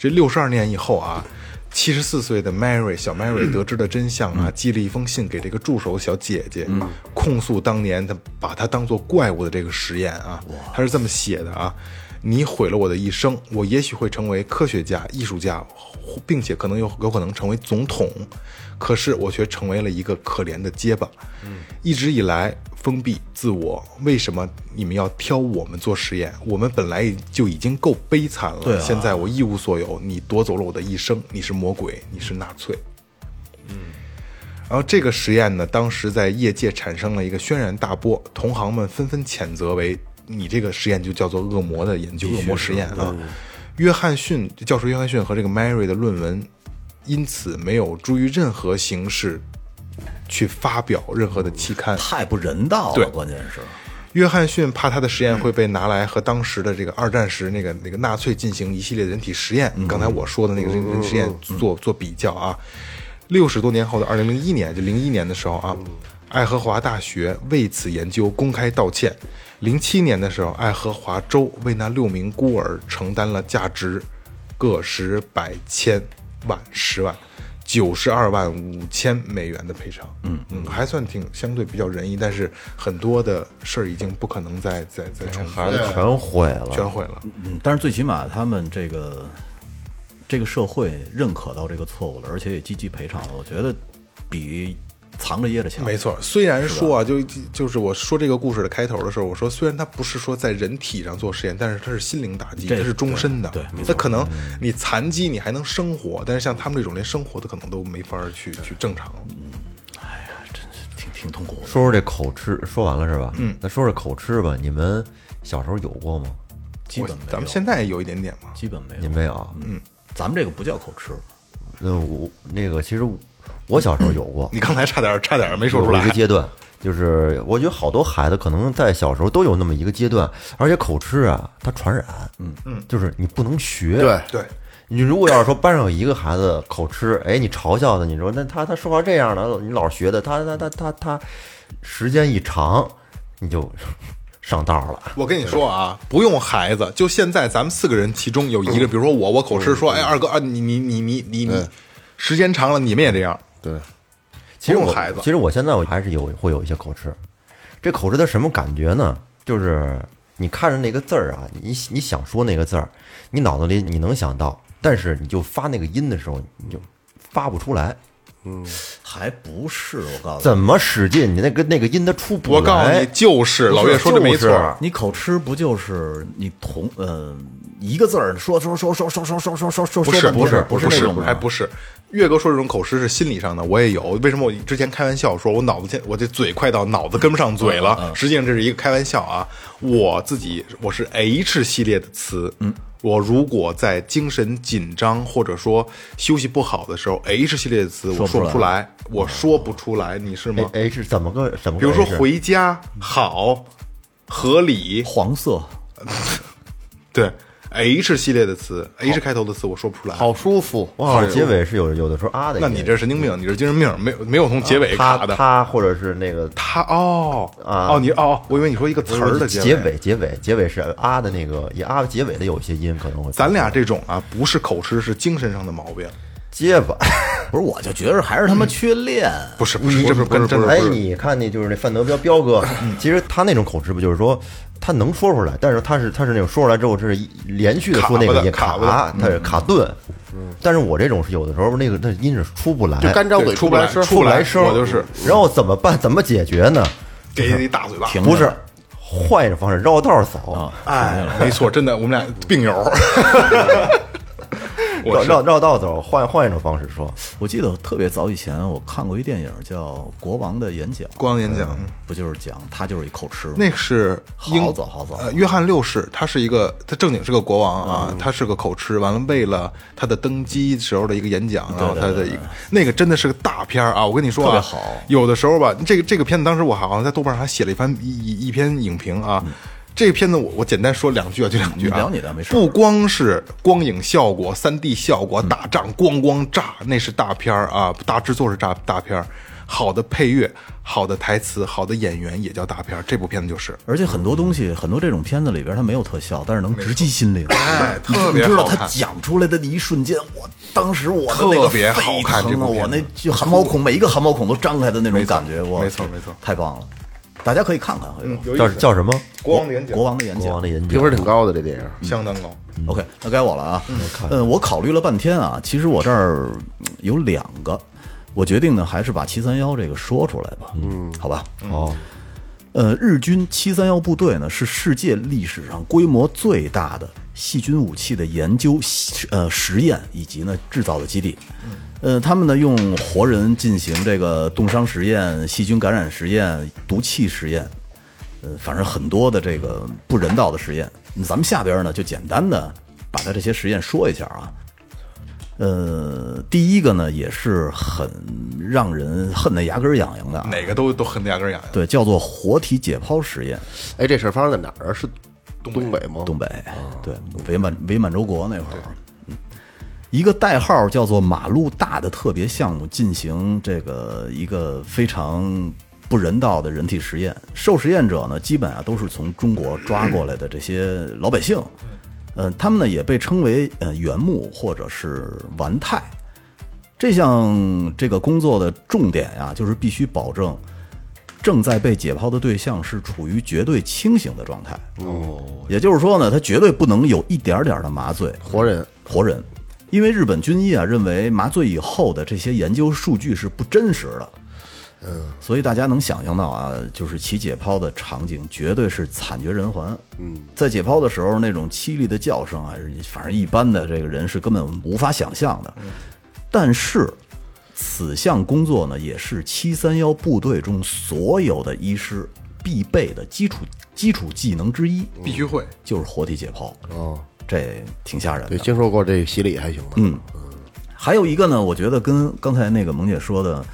C: 这六十二年以后啊，七十四岁的 Mary 小
B: 嗯
C: Mary 得知了真相啊，寄了一封信给这个助手小姐姐，
B: 嗯
C: 控诉当年她把她当做怪物的这个实验啊，她是这么写的啊。你毁了我的一生，我也许会成为科学家、艺术家，或并且可能有有可能成为总统，可是我却成为了一个可怜的结巴。
B: 嗯
C: 一直以来封闭自我，为什么你们要挑我们做实验？我们本来就已经够悲惨了，
B: 对啊
C: 现在我一无所有，你夺走了我的一生，你是魔鬼，你是纳粹。嗯然后这个实验呢，当时在业界产生了一个轩然大波，同行们纷纷谴责为你这个实验就叫做恶魔的研究、恶魔实验啊。约翰逊教授约翰逊和这个 Mary 的论文，因此没有出于任何形式去发表任何的期刊。
B: 太不人道
C: 对
B: 了，关键是，
C: 约翰逊怕他的实验会被拿来和当时的这个二战时那个那个纳粹进行一系列人体实验，刚才我说的那个人人体实验做做比较啊。六十多年后的二零零一年，就零一年的时候啊，爱荷华大学为此研究公开道歉。零七年的时候，爱荷华州为那六名孤儿承担了价值个十百千万十万九十二万五千美元的赔偿，嗯嗯，还算挺相对比较仁义，但是很多的事儿已经不可能再再再重复
F: 孩子全毁了，
C: 全毁了。
B: 嗯，但是最起码他们这个这个社会认可到这个错误了，而且也积极赔偿了，我觉得比藏着掖着强。
C: 没错，虽然说啊，就就是我说这个故事的开头的时候，我说虽然它不是说在人体上做实验，但是它是心灵打击，
B: 这
C: 它是终身的。
B: 对对没嗯
C: 那可能你残疾你还能生活，但是像他们这种连生活的可能都没法儿去
B: 嗯
C: 去正常。
B: 挺挺痛苦的。
F: 说说这口吃，说完了是吧？嗯，那说说口吃吧，你们小时候有过吗？
B: 基
C: 我
B: 本没有
C: 咱们现在有一点点嘛，
B: 基本没
F: 你
B: 有，
F: 没有？嗯，
B: 咱们这个不叫口吃，
F: 那我那个其实我小时候有过，
C: 你刚才差点儿差点儿没说出
F: 有一
C: 来
F: 个。阶段，就是我觉得好多孩子可能在小时候都有那么一个阶段，而且口吃啊，它传染，嗯嗯，就是你不能学，
D: 对，
C: 对，
F: 你如果要是说班上有一个孩子口吃，哎，你嘲笑他，你说那他他说话这样的，你老是学的，他他他他他，时间一长，你就上道了。
C: 我跟你说啊，不用孩子，就现在咱们四个人，其中有一
F: 嗯
C: 个，比如说我，我口吃说，哎，二哥啊，你你你你你你，时间长了你们也这样，
D: 对，
C: 不
F: 其实
C: 用
F: 我
C: 孩子
F: 其，实我现在我还是有会有一些口吃，这口吃它什么感觉呢？就是你看着那个字儿啊，你你想说那个字儿，你脑子里你能想到，但是你就发那个音的时候，你就发不出来，
B: 还不是我告诉你，
F: 怎么使劲，你那个那个音它出不来。
C: 我告诉你，就是老岳说的没错
F: 就是
C: 儿，
B: 你口吃不就是你同呃一个字儿说说说说说说说说说说
C: 不是
B: 说半天
C: 是
B: 不
C: 是
B: 那
C: 是
B: 种吗
C: 哎不是，岳哥说这种口吃是心理上的，我也有。为什么我之前开玩笑说我脑子现我这嘴快到脑子跟不上嘴了？实际上这是一个开玩笑啊。我自己我是 H 系列的词，嗯，我如果在精神紧张或者说休息不好的时候，H 系列的词我说不出来，我说不出来，你是吗？
F: 哎是怎么个怎么
C: 比
F: 个
C: 如
F: H？
C: 说回家好、合理，
B: 黄色
C: 对 H 系列的词，H 开头的词我说不出来。
D: 好舒服，
F: 哇，结尾是有有的时候啊的一
C: 那
F: 些，
C: 你这是神经病，你这是精神病，没有没有从结尾卡
F: 他
C: 的。
F: 他或者是那个
C: 他哦
F: 啊
C: 哦你哦哦，我以为你说一个词儿的
F: 结
C: 尾。
F: 尾结尾结尾是啊的那个也啊结尾的有一些音可能会，
C: 咱俩这种啊，不是口吃，是精神上的毛病。
F: 结巴。
B: 不是，我就觉着还是他
C: 嗯
B: 妈缺练。
C: 不是不是不是不是不是，
F: 哎，你看那就是那范德彪彪 哥，其实他那种口吃不就是说他能说出来，但是他是他是那种说出来之后是连续的说那
C: 卡巴
F: 个
C: 的
F: 也
C: 卡嗯巴
F: 卡，啊他是卡顿。
C: 嗯
F: 但是我这种是有的时候那个那音是出不来，
D: 就干张嘴
C: 对出
D: 不
C: 不来出
D: 声，
F: 哎出
C: 不
F: 不来
C: 来
F: 声，
C: 我就是。
F: 然后怎么办？怎么解决呢？
C: 给哎你一大嘴巴。
F: 不是，换一种方式绕道儿走，
C: 哎，没错，真的，我们俩病 友。我
F: 绕
C: 是
F: 绕绕道走，换换一种方式说。
B: 我记得特别早以前我看过一电影叫《国王的演讲》，
C: 光演讲，
B: 不就是讲他就是一口吃吗？
C: 那是英
B: 好早好早
C: 呃，约翰六世，他是一个，他正经是个国王
B: 嗯
C: 啊，他是个口吃。完了，为了他的登基时候的一个演讲，然后他的一个那个真的是个大片儿啊！我跟你说啊，
B: 特别好
C: 有的时候吧，这个这个片子当时我好像在豆瓣上还写了一番一一一篇影评啊。
B: 嗯
C: 这个片子我我简单说两句啊，就两句啊，
B: 你聊你的没事
C: 不光是光影效果、三 D 效果、打仗咣咣炸，那是大片儿啊，大制作是大大片儿。好的配乐、好的台词、好的演员也叫大片儿。这部片子就是，
B: 而且很多东西，很多这种片子里边它没有特效，但是能直击心灵。
C: 哎，特
B: 你
C: 别
B: 知道
C: 好
B: 他
C: 看。
B: 讲出来的那一瞬间，我当时我的那个
C: 特别好看
B: 沸腾
C: 这
B: 啊
C: 部片子
B: 我那就汗毛孔每一个汗毛孔都张开的那种感觉，我
C: 没错没错
B: 太棒了，大家可以看看，回头
F: 叫叫什么？
C: 国王的演讲
B: 国王的演
F: 国
B: 讲
F: 王的。演讲
D: 评分挺高的这电影，
C: 相当高，
B: OK，那该我了啊。嗯，我考虑了半天啊，其实我这儿嗯有两个，我决定呢还是把七三幺这个说出来吧。嗯，好吧。
F: 哦，
B: 呃，日军七三幺部队呢是世界历史上规模最大的细菌武器的研究、呃实验以及呢制造的基地。呃，他们呢用活人进行这个冻伤实验、细菌感染实验、毒气实验，呃，反正很多的这个不人道的实验。嗯咱们下边呢就简单的把它这些实验说一下啊。呃，第一个呢也是很让人恨得牙根儿痒痒的啊，
C: 哪个都都很得牙根痒痒。
B: 对，叫做活体解剖实验，
D: 哎，这事儿发生在哪儿啊？是东北吗？
B: 东北，对，伪满伪满洲国那会儿，嗯一个代号叫做“马路大”的特别项目进行这个一个非常不人道的人体实验，受实验者呢，基本啊都是从中国抓过来的这些老百姓，呃，他们呢也被称为呃原木或者是顽泰。这项这个工作的重点啊，就是必须保证正在被解剖的对象是处于绝对清醒的状态。哦，也就是说呢，他绝对不能有一点点的麻醉
D: 活人，
B: 活人，因为日本军医啊认为麻醉以后的这些研究数据是不真实的。嗯，所以大家能想象到啊，就是其解剖的场景绝对是惨绝人寰。嗯，在解剖的时候，那种凄厉的叫声啊，反正一般的这个人是根本无法想象的。但是，此项工作呢，也是七三幺部队中所有的医师必备的基础基础技能之一，
C: 必须会，
B: 就是活体解剖。哦，这挺吓人
D: 对，
B: 的。
D: 听说过这洗礼还行吧？嗯，
B: 还有一个呢，我觉得跟刚才那个萌姐说的，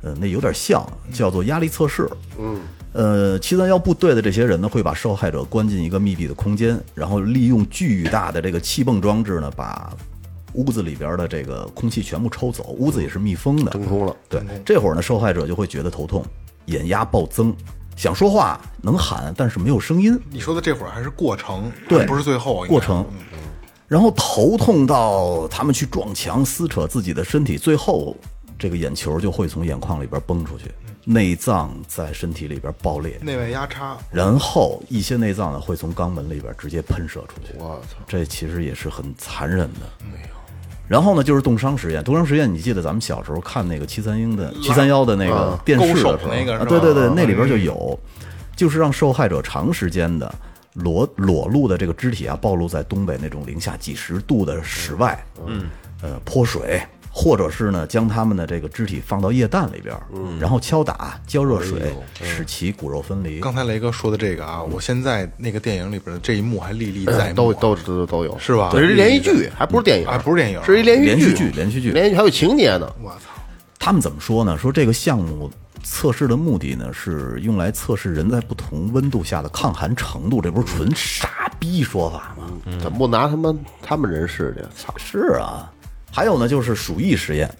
B: 呃，那有点像，叫做压力测试。嗯。呃，七三幺部队的这些人呢，会把受害者关进一个密闭的空间，然后利用巨大的这个气泵装置呢，把屋子里边的这个空气全部抽走，屋子也是密封的，
D: 真空了。
B: 对，这会儿呢，受害者就会觉得头痛、眼压暴增，想说话能喊，但是没有声音。
C: 你说的这会儿还是过程，
B: 对，
C: 不是最后啊
B: 过程。然后头痛到他们去撞墙、撕扯自己的身体，最后这个眼球就会从眼眶里边崩出去，
C: 嗯
B: 内脏在身体里边爆裂，
C: 应该内外压差，
B: 然后一些内脏呢会从肛门里边直接喷射出去。
D: 我操，
B: 这其实也是很残忍的。然后呢，就是冻伤实验。冻伤实验，你记得咱们小时候看那个七三英的七三幺的那个电视的时候
C: 嗯啊勾手那个是吧
B: 啊对对对，那里边就有，就是让受害者长时间的裸裸露的这个肢体啊，暴露在东北那种零下几十度的室外，嗯，呃，泼水、或者是呢将他们的这个肢体放到液氮里边，
C: 嗯
B: 然后敲打、浇热
C: 哎
B: 水，使其骨肉分离。
C: 刚才雷哥说的这个啊，我现在那个电影里边的这一幕还历历在
B: 哎
C: 目，
D: 都都都都有，
C: 嗯是吧
D: 这是连续剧，还不是电影，
C: 啊不是电影
D: 是一连
B: 连
D: 续
B: 续剧连续剧
D: 连续剧还有情节呢。
C: 我操，
B: 他们怎么说呢？说这个项目测试的目的呢，是用来测试人在不同温度下的抗寒程度，这不是纯傻逼说法吗？
D: 怎么不拿他们他们人试去？操！
B: 是啊，还有呢，就是鼠疫实验。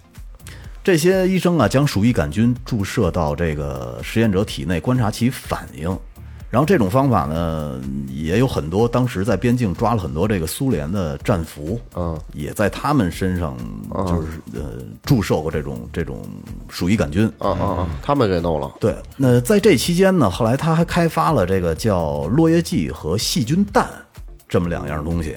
B: 这些医生啊，将鼠疫杆菌注射到这个实验者体内，观察其反应。然后这种方法呢，也有很多当时在边境抓了很多这个苏联的战俘，嗯，也在他们身上就是、呃注射过这种这种鼠疫杆菌，
D: 啊啊啊！他们给弄了，
B: 对，那在这期间呢，后来他还开发了这个叫落叶剂和细菌弹这么两样东西。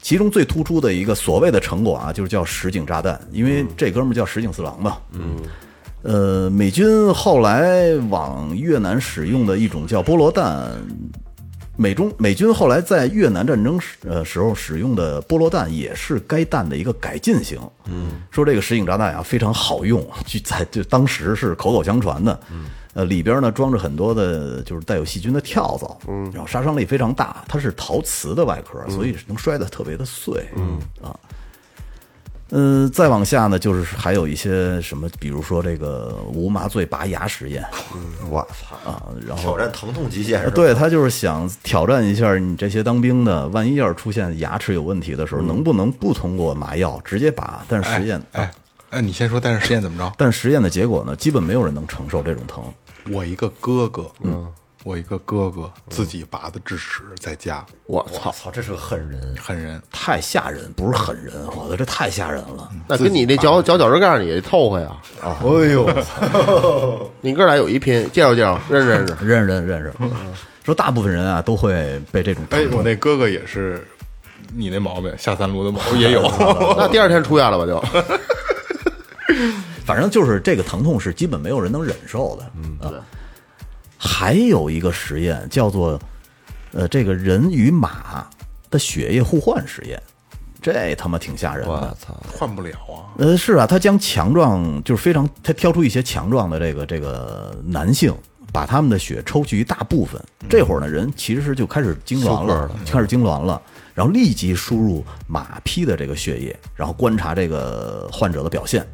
B: 其中最突出的一个所谓的成果啊，就是叫实井炸弹，因为这哥们儿叫实井四郎嘛。嗯。呃，美军后来往越南使用的一种叫菠萝弹，美中美军后来在越南战争时呃时候使用的波罗弹也是该弹的一个改进型。嗯，说这个实影炸弹啊 非常好用，就在就当时是口口相传的。嗯，呃里边呢装着很多的就是带有细菌的跳蚤，嗯，然后杀伤力非常大，它是陶瓷的外壳，所以能摔得特别的碎。嗯啊。呃，再往下呢，就是还有一些什么，比如说这个无麻醉拔牙实验
F: 我操，
B: 啊，然后
F: 挑战疼痛极限是吧？
B: 啊对他就是想挑战一下你这些当兵的，万一要是出现牙齿有问题的时候，能不能不通过麻药直接拔？但是实验，
C: 哎哎，你先说，但是实验怎么着？
B: 但是实验的结果呢，基本没有人能承受这种疼。
C: 我一个哥哥，嗯，我一个哥哥自己拔的智齿在家，
D: 我
F: 我
D: 操！
F: 操，这是个狠人，
C: 狠人，
B: 太吓人，不是狠人，我的这太吓人了。
D: 那跟你那脚脚脚趾盖儿也透和呀！啊
F: 哎呦，
D: 你哥俩有一拼，介绍介绍，认识认 识。
B: 认识认识认识，说大部分人啊都会被这种疼
C: 哎，
B: 痛
C: 我那哥哥也是你那毛病，下三路的毛 病也有，
D: 那第二天出院了吧？ 就
B: 反正就是这个疼痛是基本没有人能忍受的。嗯，啊、还有一个实验叫做，呃，这个人与马的血液互换实验，这他妈挺吓人的。
F: 操，
C: 换不了啊，
B: 呃，是啊，他将强壮就是非常，他挑出一些强壮的这个这个男性，把他们的血抽去一大部分。这会儿呢，人其实就开始痉挛了，开始痉挛了，然后立即输入马匹的这个血液，然后观察这个患者的表现。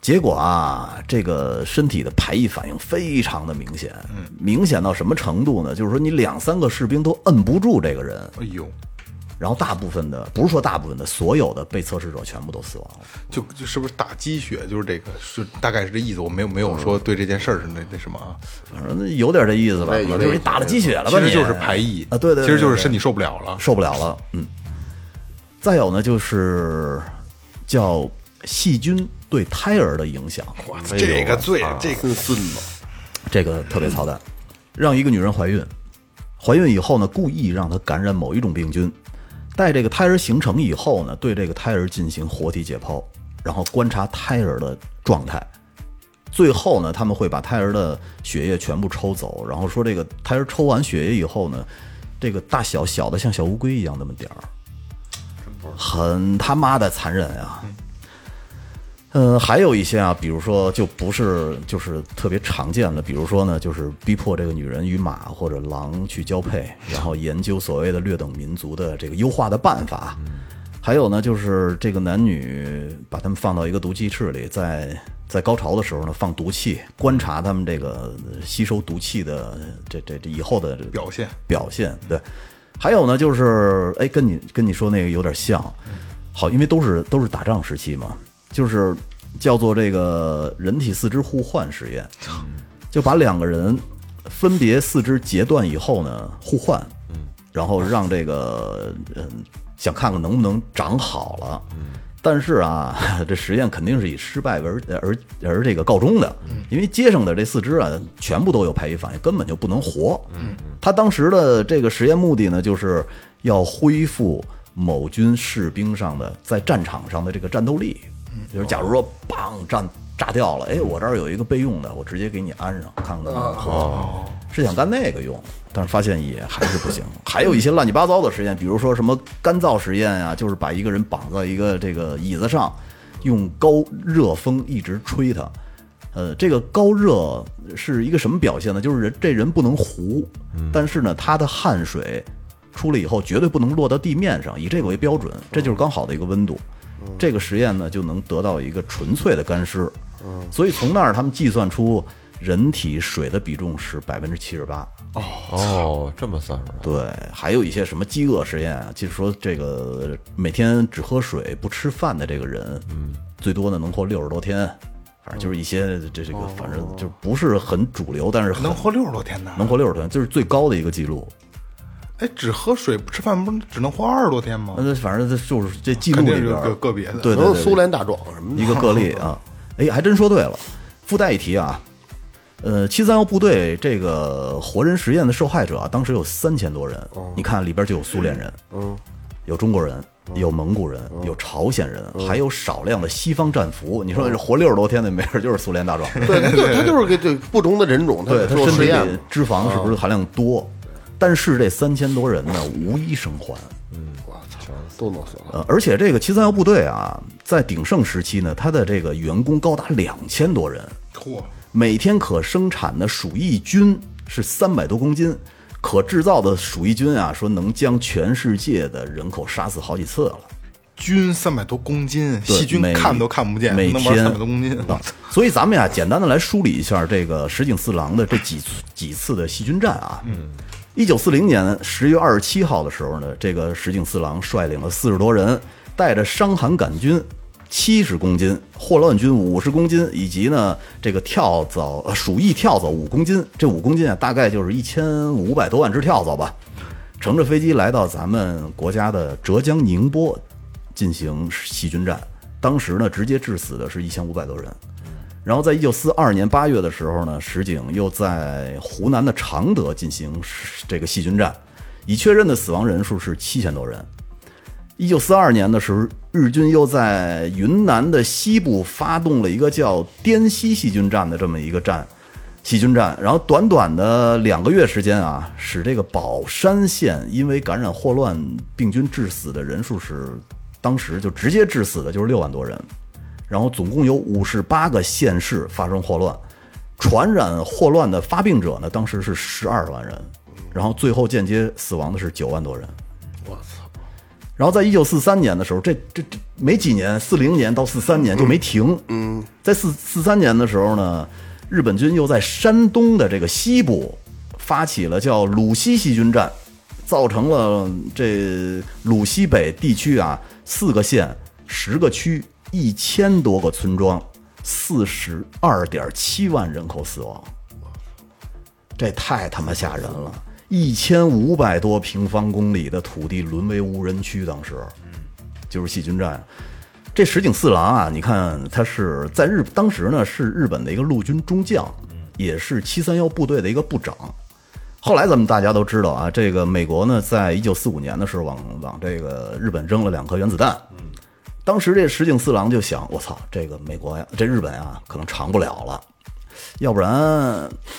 B: 结果啊，这个身体的排异反应非常的明显，明显到什么程度呢？就是说你两三个士兵都摁不住这个人，
C: 哎呦，
B: 然后大部分的不是说大部分的，所有的被测试者全部都死亡了。
C: 就就是不是打鸡血，就是这个，是大概是这意思，我没有没有说对这件事儿是那那什么啊，
B: 反正有点这意思吧，
D: 对有
B: 就
D: 这
B: 是
D: 意
B: 你
D: 思
B: 打了鸡血了吧？
C: 其实
B: 你
C: 就是排异
B: 啊，对对，对
C: 其实就是
B: 对
C: 身体受不了了，
B: 受不了了，嗯。再有呢，就是叫细菌对胎儿的影响，
C: 哇这个最这个
B: 这个特别操蛋，让一个女人怀孕，怀孕以后呢，故意让她感染某一种病菌，待这个胎儿形成以后呢，对这个胎儿进行活体解剖，然后观察胎儿的状态。最后呢，他们会把胎儿的血液全部抽走，然后说这个胎儿抽完血液以后呢，这个大小小的像小乌龟一样那么点儿，很他妈的残忍啊！呃，还有一些啊，比如说就不是就是特别常见的，比如说呢，就是逼迫这个女人与马或者狼去交配，然后研究所谓的劣等民族的这个优化的办法。还有呢，就是这个男女把他们放到一个毒气室里，在在高潮的时候呢放毒气，观察他们这个吸收毒气的这这这以后的这个
C: 表现，
B: 表现。对，还有呢，就是哎，跟你跟你说那个有点像，好，因为都是都是打仗时期嘛，就是叫做这个人体四肢互换实验，就把两个人分别四肢截断以后呢互换，然后让这个嗯想看看能不能长好了。但是啊， 这实验肯定是以失败为而而而这个告终的，因为接上的这四肢啊，全部都有排异反应，根本就不能活。他当时的这个实验目的呢，就是要恢复某军士兵上的在战场上的这个战斗力。就是假如说，棒炸炸掉了，哎，我这儿有一个备用的，我直接给你安上，看看能不能活。是想干那个用，但是发现也还是不行。还有一些乱七八糟的实验，比如说什么干燥实验啊，就是把一个人绑在一个这个椅子上，用高热风一直吹它。呃，这个高热是一个什么表现呢？就是人这人不能糊，但是呢，他的汗水出来以后绝对不能落到地面上，以这个为标准，这就是刚好的一个温度。
C: 嗯
B: 这个实验呢，就能得到一个纯粹的干湿。
C: 嗯
B: 所以从那儿他们计算出人体水的比重是百分之七十八。
F: 哦，这么算出来，
B: 对，还有一些什么饥饿实验啊，就是说这个每天只喝水不吃饭的这个人，嗯，最多呢能活六十多天，反正就是一些这这个，反正就不是很主流，但是很
C: 嗯哦能活六十多天呢？
B: 能活六十天，这是最高的一个记录。
C: 哎，只喝水不吃饭，不是只能活二十多天吗？
B: 啊那反正这就是这记录
C: 肯
B: 里
C: 定是
B: 边
C: 有
B: 儿
C: 个个别的。
B: 对对
D: 都
B: 对
D: 是
B: 对
D: 苏联大壮什么的
B: 一个个例啊。哎，还真说对了。附带一提啊，呃，七三幺部队这个活人实验的受害者啊，当时有三千多人。
C: 哦
B: 你看里边就有苏联人，嗯，有中国人，有蒙古人，
C: 哦
B: 有朝鲜人，还有少量的西方战俘。
C: 哦
B: 你说这活六十多天的，没准就是苏联大壮。
D: 对，他就他就是给这不同的人种，他
B: 对他
D: 做
B: 身体
D: 实验
B: 里脂肪
C: 啊
B: 是不是含量多？但是这三千多人呢，无一生还。
D: 都弄死了。
B: 呃，而且这个七三幺部队啊，在鼎盛时期呢，他的这个员工高达两千多人，
C: 嚯，
B: 每天可生产的鼠疫菌是三百多公斤，可制造的鼠疫菌啊，说能将全世界的人口杀死好几次了。
C: 菌三百多公斤，
B: 对
C: 细菌
B: 每
C: 看都看不见，
B: 每
C: 能玩
B: 天
C: 三百多公斤，
B: 啊所以咱们呀，简单的来梳理一下这个石井四郎的这几次几次的细菌战啊。嗯。一九四零年十月二十七号的时候呢，这个石井四郎率领了四十多人，带着伤寒杆菌七十公斤、霍乱菌五十公斤，以及呢这个跳蚤、呃鼠疫跳蚤五公斤。这五公斤啊，大概就是一千五百多万只跳蚤吧。乘着飞机来到咱们国家的浙江宁波进行细菌战。当时呢，直接致死的是一千五百多人。然后在一九四二年八月的时候呢，石井又在湖南的常德进行这个细菌战，已确认的死亡人数是七千多人。一九四二年的时候，日军又在云南的西部发动了一个叫滇西细菌战的这么一个战细菌战，然后短短的两个月时间啊，使这个保山县因为感染霍乱病菌致死的人数是当时就直接致死的就是六万多人，然后总共有五十八个县市发生霍乱，传染霍乱的发病者呢，当时是十二万人，然后最后间接死亡的是九万多人。然后在一九四三年的时候，这这这没几年，四零年到四三年就没停。嗯，在四四三年的时候呢，日本军又在山东的这个西部发起了叫鲁西细菌战，造成了这鲁西北地区啊四个县、十个区、一千多个村庄，四十二点七万人口死亡。这太他妈吓人了！一千五百多平方公里的土地沦为无人区，当时，就是细菌战。这石井四郎啊，你看他是在日当时呢是日本的一个陆军中将，也是七三幺部队的一个部长。后来咱们大家都知道啊，这个美国呢，在一九四五年的时候往往这个日本扔了两颗原子弹。当时这石井四郎就想，我操，这个美国呀，这日本呀，可能长不了了。要不然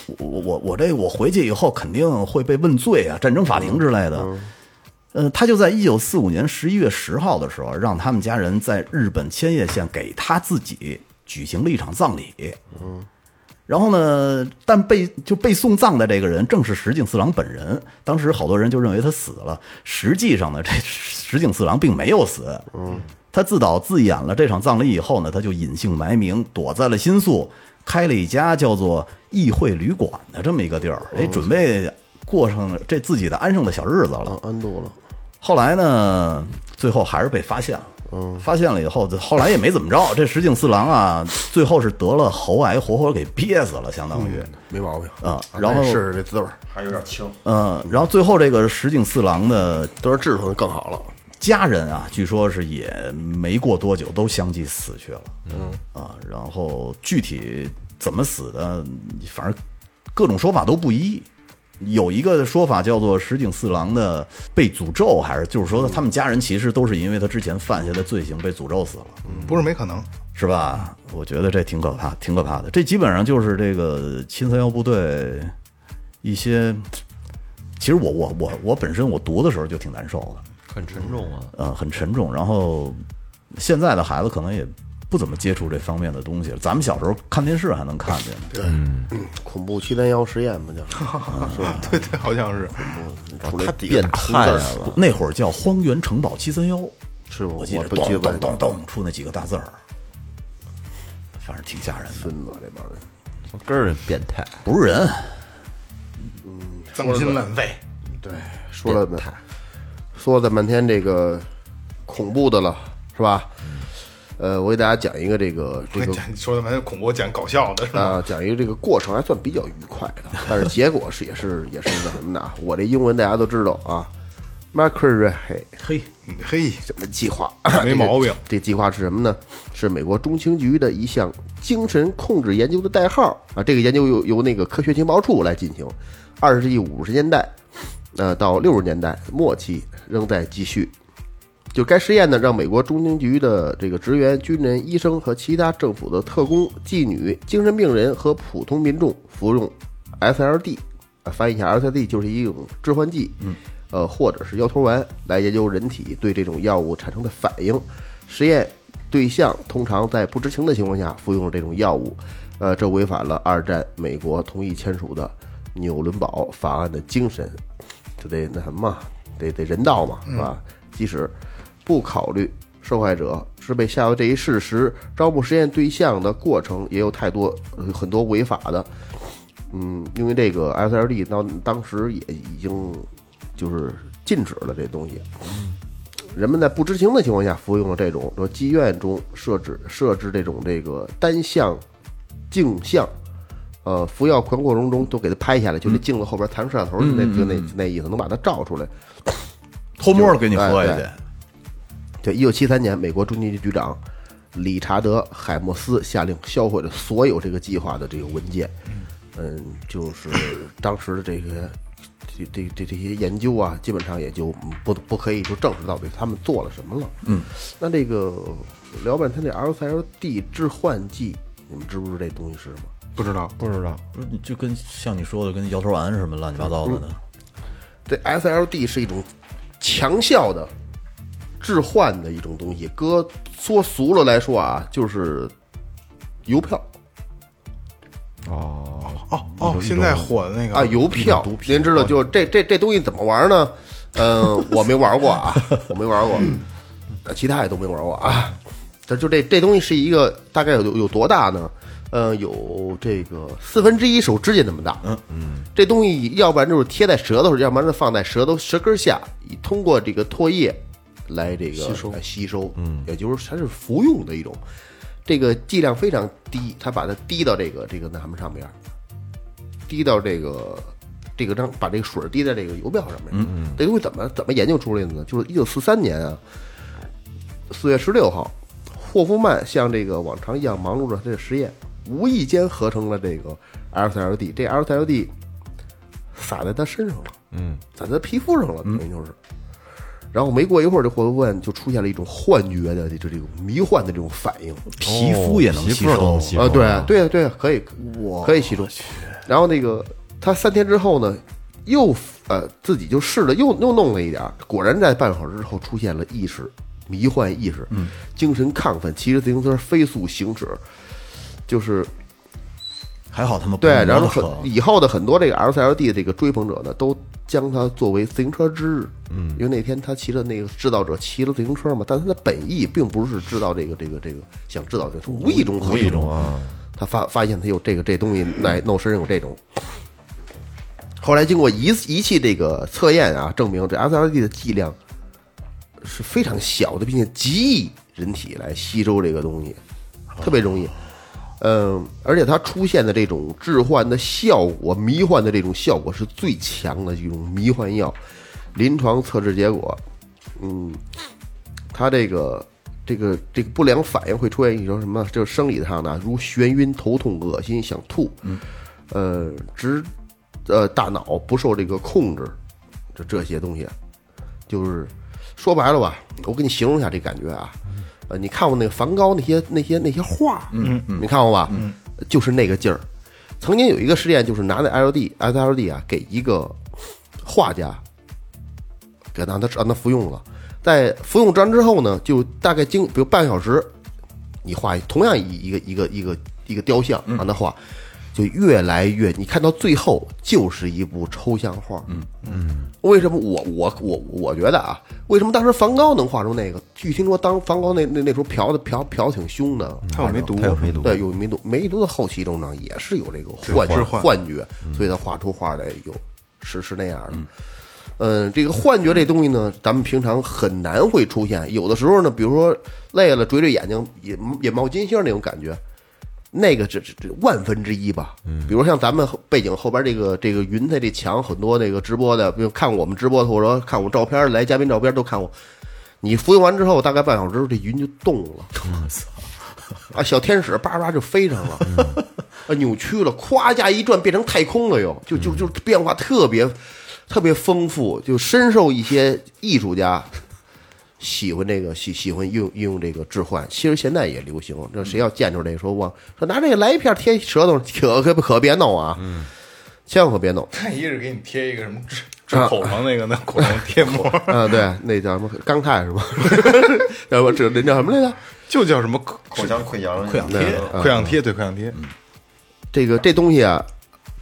B: 我我我我这我回去以后肯定会被问罪啊，战争法庭之类的。呃，他就在一九四五年十一月十号的时候，让他们家人在日本千叶县给他自己举行了一场葬礼。嗯，然后呢，但被就被送葬的这个人正是石井四郎本人。当时好多人就认为他死了，实际上呢，这石井四郎并没有死。嗯，他自导自演了这场葬礼以后呢，他就隐姓埋名，躲在了新宿，开了一家叫做议会旅馆的这么一个地儿，哎，准备过上这自己的安生的小日子了
D: 啊。，安度了，
B: 后来呢，最后还是被发现了。发现了以后，这后来也没怎么着。这石井四郎啊，最后是得了喉癌，活活给憋死了，相当于。
D: 没毛病
B: 啊然后
D: 那是这滋味儿，
B: 嗯、然后最后这个石井四郎的
D: 都是治出更好了。
B: 家人啊，据说是也没过多久都相继死去了。嗯啊，然后具体怎么死的，反正各种说法都不一。有一个说法叫做石井四郎的被诅咒，还是就是说他们家人其实都是因为他之前犯下的罪行被诅咒死了。
C: 不是没可能。
B: 是吧？我觉得这挺可怕，挺可怕的。这基本上就是这个七三幺部队一些。其实我我我我本身我读的时候就挺难受的，
F: 很沉重啊。
B: 呃，很沉重。然后现在的孩子可能也不怎么接触这方面的东西了。咱们小时候看电视还能看见，对，
D: 恐怖七三幺实验 嘛，就是啊
C: 对对，好像是。哦
D: 出来几个
F: 变
D: 大红字
F: 态啊
D: 儿
F: 了，
B: 哎那会儿叫《荒原城堡七三幺》，
D: 是我
B: 我记
D: 我
B: 得
D: 不记
B: 咚
D: 得
B: 咚咚咚出那几个大字儿，反正挺吓人的。
D: 孙子这帮人。
F: 从根儿上变态。
B: 不是
D: 哎
B: 人，
C: 脏心烂肺，
D: 对，说了半说了这半天这个恐怖的了，是吧？呃，我给大家讲一个这个这个
C: 讲你说的蛮恐怖，讲搞笑的是吧？
D: 啊，讲一个这个过程还算比较愉快的，但是结果是也是也是那什么的啊。我这英文大家都知道啊 m a c r a 嘿，
B: 嘿，
C: 嘿，
D: 什么计划？
C: 没毛病
D: 这计划是什么呢？是美国中情局的一项精神控制研究的代号啊。这个研究由由那个科学情报处来进行，二十世纪五十年代，呃，到六十年代末期仍在继续。就该实验呢，让美国中情局的这个职员、军人、医生和其他政府的特工、妓女、精神病人和普通民众服用 SLD，啊，翻译一下，SLD 就是一种致幻剂，嗯，呃，或者是腰头丸，来研究人体对这种药物产生的反应。实验对象通常在不知情的情况下服用这种药物，呃，这违反了二战美国同意签署的纽伦堡法案的精神，这得那什么嘛，得得人道嘛，是吧？即使不考虑受害者是被吓到这一事实，招募实验对象的过程也有太多、呃很多违法的。嗯，因为这个 SLD 当当时也已经就是禁止了这东西，人们在不知情的情况下服用了这种说妓院中设置设置这种这个单向镜像，呃，服药狂过程中都给它拍下来，就那镜子后边藏摄像头，那就那那意思，能把它照出来。
B: 偷摸儿给你喝下
D: 哎
B: 去
D: 对，对，一九七三年，美国中情局局长理查德·海默斯下令销毁了所有这个计划的这个文件。嗯，就是 当时的这个这这这这些研究啊，基本上也就不不可以就证实到底他们做了什么了。嗯，那这个聊半天这 LSLD 致幻剂，你们知不知道这东西是什么？
C: 不知道，
F: 不知道，
B: 不是你就跟像你说的跟摇头丸什么乱七八糟的呢？
D: 这 SLD 是一种强效的置换的一种东西，搁说俗了来说啊，就是邮票
C: 哦哦，现在火的那个嗯
D: 啊，邮票。您知道，就这这这东西怎么玩呢？嗯、我没玩过啊，我没玩过，呃其他也都没玩过啊。这就这这东西是一个大概有有多大呢？呃，有这个四分之一手指甲那么大。嗯嗯，这东西要不然就是贴在舌头上，要不然就放在舌头舌根下，以通过这个唾液来这个吸收吸收。嗯，也就是它是服用的一种，这个剂量非常低，它把它滴到这个这个那什么上边儿，滴到这个这个张把这个水儿滴在这个邮票上面。嗯，这东西怎么怎么研究出来的呢？就是一九四三年啊，四月十六号，霍夫曼像这个往常一样忙碌着他的实验，无意间合成了这个 LSLD，这 LSLD 撒在他身上了，嗯，撒在他皮肤上了，等于就是。然后没过一会儿，这霍夫曼就出现了一种幻觉的，就这种迷幻的这种反应，
B: 皮肤也能
F: 哦皮
B: 吸
F: 肤都
B: 收
F: 能，吸
D: 啊，
F: 收嗯
D: 对对对，可以，可以吸收。然后那个他三天之后呢，又呃自己就试了，又又弄了一点儿，果然在半个小时之后出现了意识迷幻意识，精神亢奋，骑着自行车飞速行驶，就是
B: 还好他们不
D: 对，
B: 用
D: 然后
B: 摩托
D: 很
B: 车
D: 以后的很多这个 LCLD 的这个追捧者呢，都将它作为自行车之日。嗯，因为那天他骑着那个制造者骑了自行车嘛，但他的本意并不是制造这个这个这个想制造这个，是无意中无意中啊，他发发现他有这个这东西来弄身上有这种。后来经过仪仪器这个测验啊，证明这 LCLD 的剂量是非常小的，并且极易人体来吸收这个东西，特别容易。嗯，而且它出现的这种致幻的效果、迷幻的这种效果是最强的一种迷幻药。临床测试结果，嗯，它这个这个这个不良反应会出现一种什么？就是生理上的，如眩晕、头痛、恶心、想吐，呃，直呃大脑不受这个控制，这这些东西，就是说白了吧，我给你形容一下这感觉啊，呃，你看过那个梵高那些那些那些画，嗯嗯，你看过吧？嗯，就是那个劲儿。曾经有一个实验，就是拿那 L D S L D 啊，给一个画家，给让他让他服用了，在服用完之后呢，就大概经比如半个小时，你画同样一一个一个一个一个雕像，
C: 嗯
D: 让他画，就越来越，你看到最后就是一部抽象画。嗯嗯，为什么我我我我觉得啊，为什么当时梵高能画出那个？据听说当梵高那那那时候嫖的嫖嫖挺凶的，
C: 他有梅毒，啊
F: 他有梅毒，
D: 对，有梅毒，梅毒的后期症状也是有这个幻
C: 幻
D: 觉幻嗯觉，所以他画出画来有是是那样的。嗯，这个幻觉这东西呢，咱们平常很难会出现。有的时候呢，比如说累了，垂垂眼睛，也也冒金星那种感觉，那个这这这万分之一吧。嗯，比如像咱们后背景后边这个这个云彩这墙，很多这个直播的，比如看我们直播的，或者说看我照片儿来嘉宾照片儿都看过。你服用完之后，大概半小时之后，这云就动了。我操！啊，小天使叭叭就飞上了，啊，扭曲了，咵一下一转变成太空了又，就就就变化特别特别丰富，就深受一些艺术家喜欢这个喜喜欢用运用这个置换，其实现在也流行。这谁要见着这说我说拿这个来一片贴舌头，可可可别弄啊！嗯，千万可别弄
C: 他一是给你贴一个什么治治口疮那个那口疮贴膜，
D: 啊！对，那叫什么钢钛是吧？ 要不这那叫什么来着？
C: 就叫什么口
F: 口腔溃疡，溃疡
D: 对
C: 溃疡贴，对溃疡贴，
D: 这个这东西啊，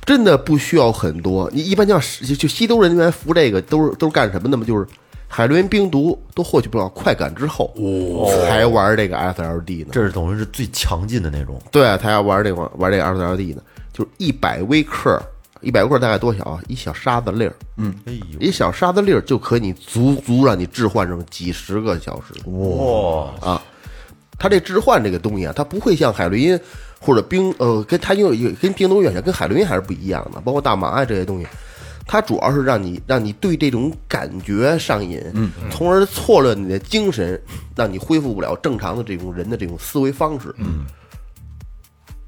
D: 真的不需要很多。你一般像是就就吸毒人员服这个都是都是干什么的嘛？就是海洛因冰毒都获取不了快感之后，才玩这个 SLD 呢。
F: 这是等于是最强劲的那种，
D: 对，啊才要玩这个玩这个 SLD 呢，就是一百微克，一百微克大概多少啊？一小沙子粒儿，嗯，
F: 哎呦，
D: 一小沙子粒儿就可以你足足让你置换上几十个小时。
F: 哇，
D: 它这置换这个东西啊，它不会像海洛因或者冰呃，跟它因为有跟冰毒远像，跟海洛因还是不一样的，包括大麻啊这些东西，它主要是让你让你对这种感觉上瘾，嗯，从而错乱你的精神，让你恢复不了正常的这种人的这种思维方式，嗯。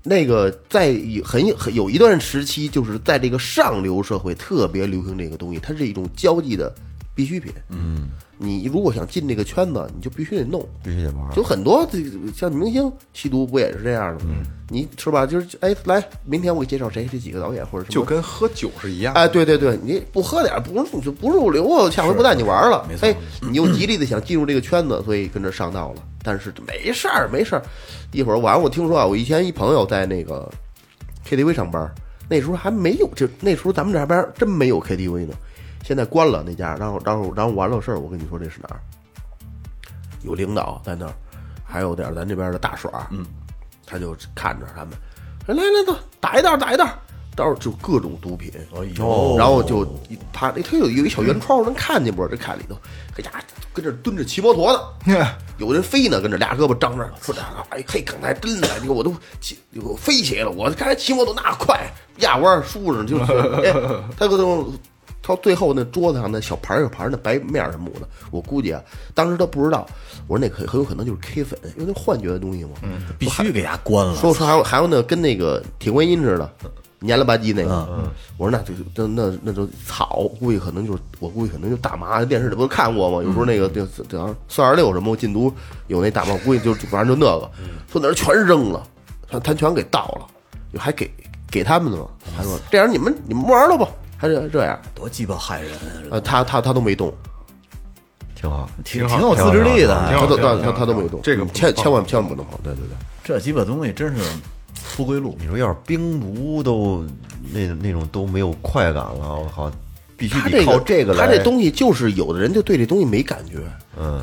D: 那个在有很有很有一段时期，就是在这个上流社会特别流行这个东西，它是一种交际的必需品。嗯，你如果想进这个圈子，你就必须得弄。
F: 必须得玩，
D: 就很多这像明星吸毒不也是这样的吗？
C: 嗯
D: 你是吧？就是哎，来，明天我给介绍谁这几个导演或者什么，
C: 就跟喝酒是一样的。
D: 哎，对对对，你不喝点儿不入就不入流啊，下回不带你玩了。哎，你又极力的想进入这个圈子，所以跟着上当了。但是没事儿，没事儿。一会儿晚上我听说啊，我以前一朋友在那个 KTV 上班，那时候还没有，就那时候咱们这边儿真没有 KTV 呢，现在关了那家。然后，然后，然后完了事儿，我跟你说这是哪儿？有领导在那儿，还有点儿咱这边的大耍，嗯，他就看着他们，来来走，打一道，打一道，到时候就各种毒品，哎呦，然后就一他他有有一小圆窗户能看见不？这看里头，哎呀，跟这蹲着骑摩托
C: 哎
D: 呢，有人飞呢，跟这俩胳膊张着，说这哎嘿，刚才真的，你看我都骑我飞起来了，我刚才骑摩托那快，压弯儿梳着就是，哎，他各种。到最后那桌子上那小盘儿小盘儿那白面儿什么的，我估计啊，当时他不知道，我说那很很有可能就是 K 粉，因为那幻觉的东西嘛。嗯，
E: 必须给它关了。
D: 说说还有还有那跟那个铁观音似的，蔫了吧唧那个。我说那就那那那就草，估计可能就是我估计可能就大麻。电视里不是看过吗？有时候那个就就好像四二六什么我禁毒有那大麻，我估计就反正就那个，说那人全扔了，他他全给倒了，就还给给他们呢嘛。他说这样你们你们玩了吧，还是这样。
E: 多鸡巴害人啊，
D: 呃，他他他都没动，
F: 挺好，
E: 挺挺有自制力的啊。
C: 挺好
D: 他都
C: 挺好
D: 他他他都没动，
C: 这个
D: 嗯千千万千万不能碰，对对对。
E: 这鸡巴东西真是不归路。
F: 你说要是冰毒都那那种都没有快感了，我靠，必须
D: 他
F: 得
D: 这
F: 靠
D: 个
F: 这个来。
D: 他这东西就是有的人就对这东西没感觉，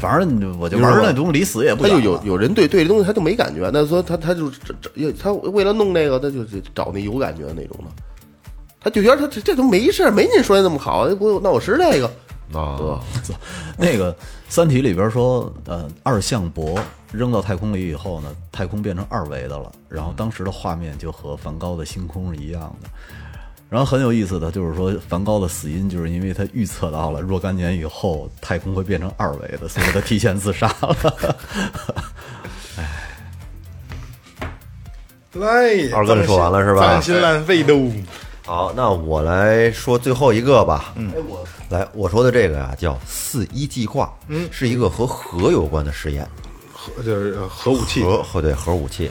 E: 反正你我就玩儿那东西，离死也不
D: 他
E: 远
D: 就
E: 了
D: 有有人对对这东西他就没感觉，那说他他就这这他为了弄这个，他就去找那有感觉的那种的，他就觉得他这这都没事儿，没您说的那么好，我那我吃这个，
F: 啊，
E: 那个《三体》里边说，呃，二向箔扔到太空里以后呢，太空变成二维的了，然后当时的画面就和梵高的星空是一样的。然后很有意思的就是说，梵高的死因就是因为他预测到了若干年以后太空会变成二维的，所以他提前自杀了。
C: 来呀，
F: 二哥就说完了是吧
C: 脏心烂肺的，
F: 好，那我来说最后一个吧。嗯，来，我说的这个呀、叫四一计划，嗯，是一个和核有关的实验，
C: 核就是呃核武器，
F: 核核对核武器。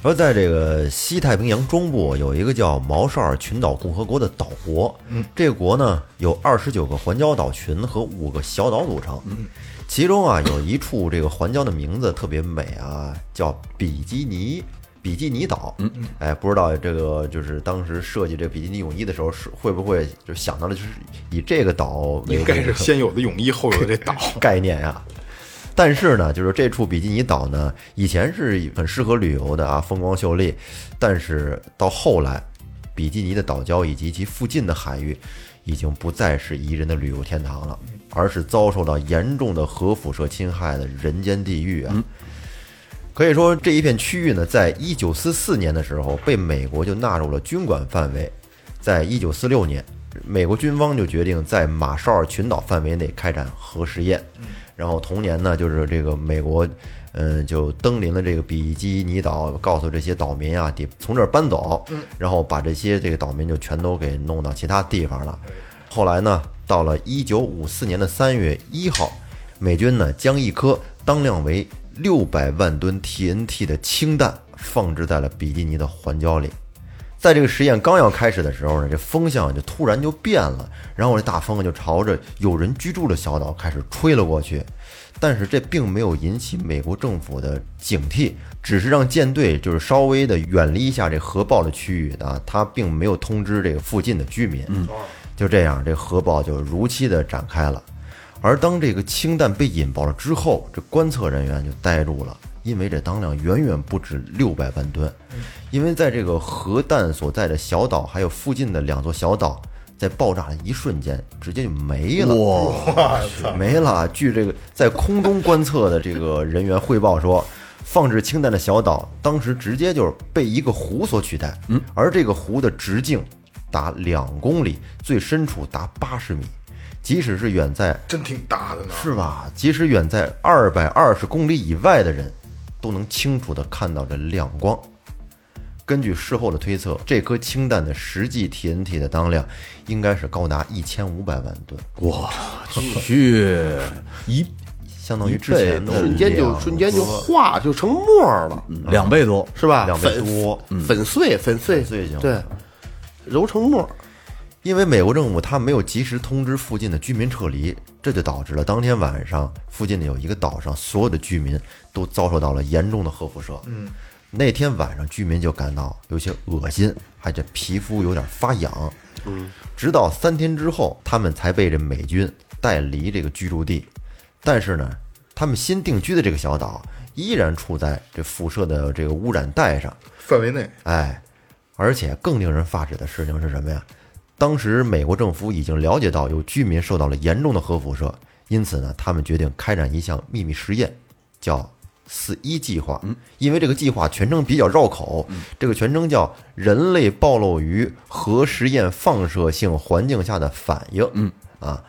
F: 说在这个西太平洋中部有一个叫毛绍尔群岛共和国的岛国，
C: 嗯
F: 这个国呢有二十九个环礁岛群和五个小岛组成，
C: 嗯
F: 其中啊有一处这个环礁的名字特别美啊，叫比基尼。比基尼岛，
C: 嗯
F: 哎，不知道这个就是当时设计这个比基尼泳衣的时候，是会不会就想到了就是以这个岛为
C: 应该
F: 这个
C: 是先有的泳衣，后有的这岛。
F: 概念啊。但是呢，就是这处比基尼岛呢，以前是很适合旅游的啊，风光秀丽。但是到后来，比基尼的岛礁以及其附近的海域，已经不再是宜人的旅游天堂了，而是遭受到严重的核辐射侵害的人间地狱啊。可以说，这一片区域呢，在一九四四年的时候被美国就纳入了军管范围，在一九四六年，美国军方就决定在马绍尔群岛范围内开展核试验，然后同年呢，就是这个美国，嗯，就登临了这个比基尼岛，告诉这些岛民啊，得从这儿搬走，然后把这些这个岛民就全都给弄到其他地方了。后来呢，到了一九五四年的三月一号，美军呢将一颗当量为六百万吨 TNT 的氢弹放置在了比基尼的环礁里。在这个实验刚要开始的时候呢，这风向就突然就变了，然后这大风就朝着有人居住的小岛开始吹了过去。但是这并没有引起美国政府的警惕，只是让舰队就是稍微的远离一下这核爆的区域啊，它并没有通知这个附近的居民。嗯，就这样，这核爆就如期的展开了。而当这个氢弹被引爆了之后，这观测人员就呆住了，因为这当量远远不止六百万吨。因为在这个核弹所在的小岛，还有附近的两座小岛，在爆炸的一瞬间直接就没了。哇，没了！据这个在空中观测的这个人员汇报说，放置氢弹的小岛当时直接就是被一个湖所取代，而这个湖的直径达两公里，最深处达八十米。即使是远在
C: 真挺大的呢，
F: 是吧？即使远在二百二十公里以外的人，都能清楚地看到这亮光。根据事后的推测，这颗氢弹的实际 TNT 的当量应该是高达一千五百万吨，
E: 我去，一
F: 相当于之前嗯的
D: 啊瞬间就
F: 量
D: 瞬间就化就成沫儿
B: 嗯
D: 了，
E: 两倍多，
D: 是吧？
F: 两倍
D: 粉
F: 多
D: 粉碎粉碎
F: 粉碎性
D: 对，揉成沫儿。
F: 因为美国政府它没有及时通知附近的居民撤离，这就导致了当天晚上附近的有一个岛上所有的居民都遭受到了严重的核辐射。嗯，那天晚上居民就感到有些恶心，还这皮肤有点发痒。嗯，直到三天之后，他们才被这美军带离这个居住地。但是呢，他们新定居的这个小岛依然处在这辐射的这个污染带上。
C: 范围内
F: 哎，而且更令人发指的事情是什么呀？当时美国政府已经了解到有居民受到了严重的核辐射，因此呢，他们决定开展一项秘密实验，叫“四一计划”。因为这个计划全称比较绕口，这个全称叫“人类暴露于核实验放射性环境下的反应”。嗯啊，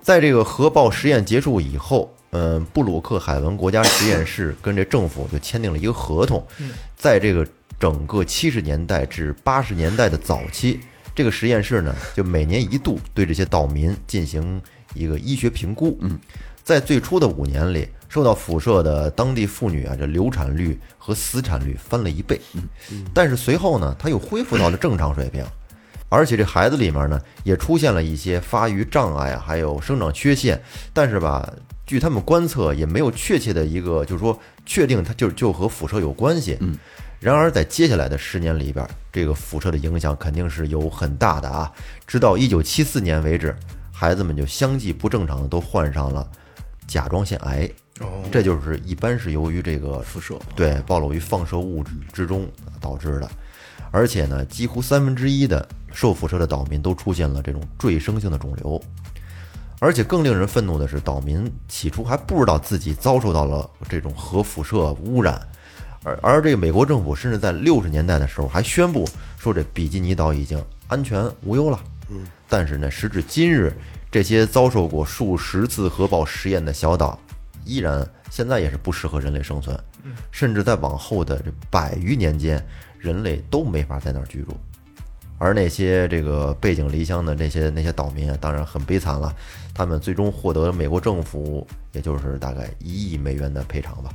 F: 在这个核爆实验结束以后，嗯，布鲁克海文国家实验室跟这政府就签订了一个合同，在这个整个七十年代至八十年代的早期，这个实验室呢就每年一度对这些岛民进行一个医学评估。嗯，在最初的五年里，受到辐射的当地妇女啊，这流产率和死产率翻了一倍。但是随后呢，它又恢复到了正常水平。而且这孩子里面呢，也出现了一些发育障碍啊，还有生长缺陷。但是吧，据他们观测，也没有确切的一个，就是说确定它就就和辐射有关系。嗯。然而，在接下来的十年里边，这个辐射的影响肯定是有很大的啊。直到一九七四年为止，孩子们就相继不正常的都患上了甲状腺癌。
C: 哦，
F: 这就是一般是由于这个辐射对暴露于放射物质之中导致的，而且呢，几乎三分之一的受辐射的岛民都出现了这种赘生性的肿瘤，而且更令人愤怒的是，岛民起初还不知道自己遭受到了这种核辐射污染，而而这个美国政府甚至在六十年代的时候还宣布说这比基尼岛已经安全无忧了。嗯，但是呢，时至今日，这些遭受过数十次核爆实验的小岛，依然现在也是不适合人类生存，甚至在往后的这百余年间，人类都没法在那儿居住。而那些这个背井离乡的那些那些岛民啊，当然很悲惨了。他们最终获得了美国政府，也就是大概一亿美元的赔偿吧。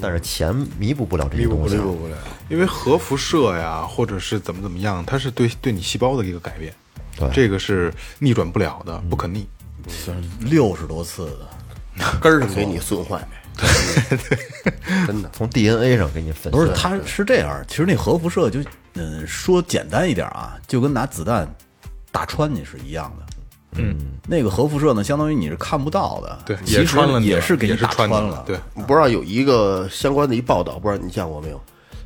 F: 但是钱嗯弥补不了这些东西。啊
D: 不了。
C: 因为核辐射呀，或者是怎么怎么样，它是对对你细胞的一个改变，
F: 对
C: 这个是逆转不了的，不可逆。
G: 六十多次的，
D: 根儿上给你损坏，真的。
F: 从 DNA 上给你粉
B: 不是，
F: 碎，
B: 它是这样。其实那核辐射就，嗯，说简单一点啊，就跟拿子弹打穿你是一样的。嗯，那个核辐射呢，相当于你是看不到的，
C: 对，
B: 其
C: 也
B: 实
C: 穿了你
B: 也是给你
C: 也是
B: 打
C: 穿你
B: 了。
C: 对，
D: 不知道有一个相关的一报道，不知道你见过没有？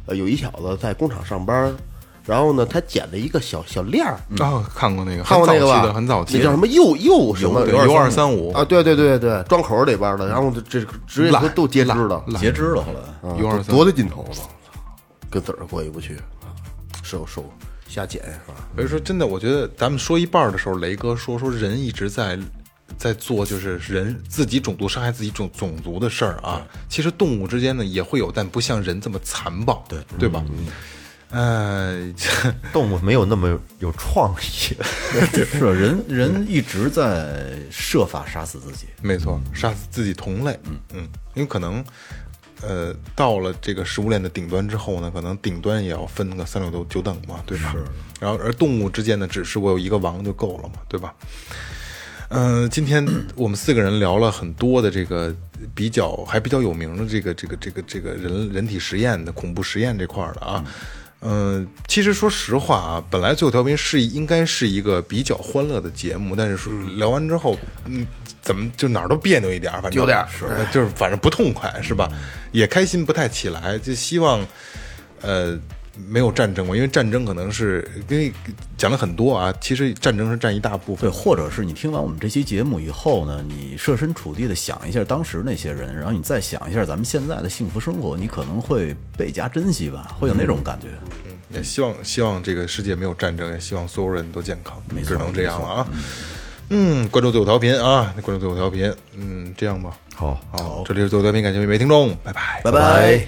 D: 呃，有一小子在工厂上班，然后呢，他捡了一个小小链儿，
C: 啊，看过那个，
D: 看过那个吧？
C: 很早期
D: 那
C: 的，
D: 叫什
C: 很早期
D: 么铀铀什么
C: 的，有二三五
D: 啊？对对对对，装口里边的，然后这这职业都都截肢了，啊
B: 截肢了，后来
D: 嗯
C: 有二三
D: 多大劲头子，跟自个儿过意不去，手手瞎啊捡是吧？
C: 所以说，真的，我觉得咱们说一半儿的时候，雷哥说说人一直在在做，就是人自己种族伤害自己种种族的事儿啊。其实动物之间呢也会有，但不像人这么残暴，对对吧？嗯、呃，
F: 动物没有那么有创意。
B: 是人人一直在设法杀死自己。
C: 没错，杀死自己同类，嗯嗯，因为可能。呃，到了这个食物链的顶端之后呢，可能顶端也要分个三六九九等嘛，对吧？然后，而动物之间呢，只是我有一个王就够了嘛，对吧？嗯、今天我们四个人聊了很多的这个比较还比较有名的这个这个这个这个人人体实验的恐怖实验这块儿的啊。嗯、其实说实话啊，本来最后调频是应该是一个比较欢乐的节目，但是说聊完之后，嗯，怎么就哪儿都别扭一点儿，反正
D: 有点儿嗯
C: 是，就是反正不痛快是吧？也开心不太起来，就希望呃，没有战争嘛，因为战争可能是因为讲了很多啊，其实战争是占一大部
B: 对，
C: 分。
B: 或者是你听完我们这期节目以后呢，你设身处地的想一下当时那些人，然后你再想一下咱们现在的幸福生活，你可能会倍加珍惜吧，会有那种感觉。
C: 也希望希望这个世界没有战争，也希望所有人都健康，只能这样了啊。嗯，关注最后调频啊，关注最后调频，嗯，这样吧。
F: 好，
C: 好，这里是最后调频，感谢每位听众，拜拜，拜
B: 拜。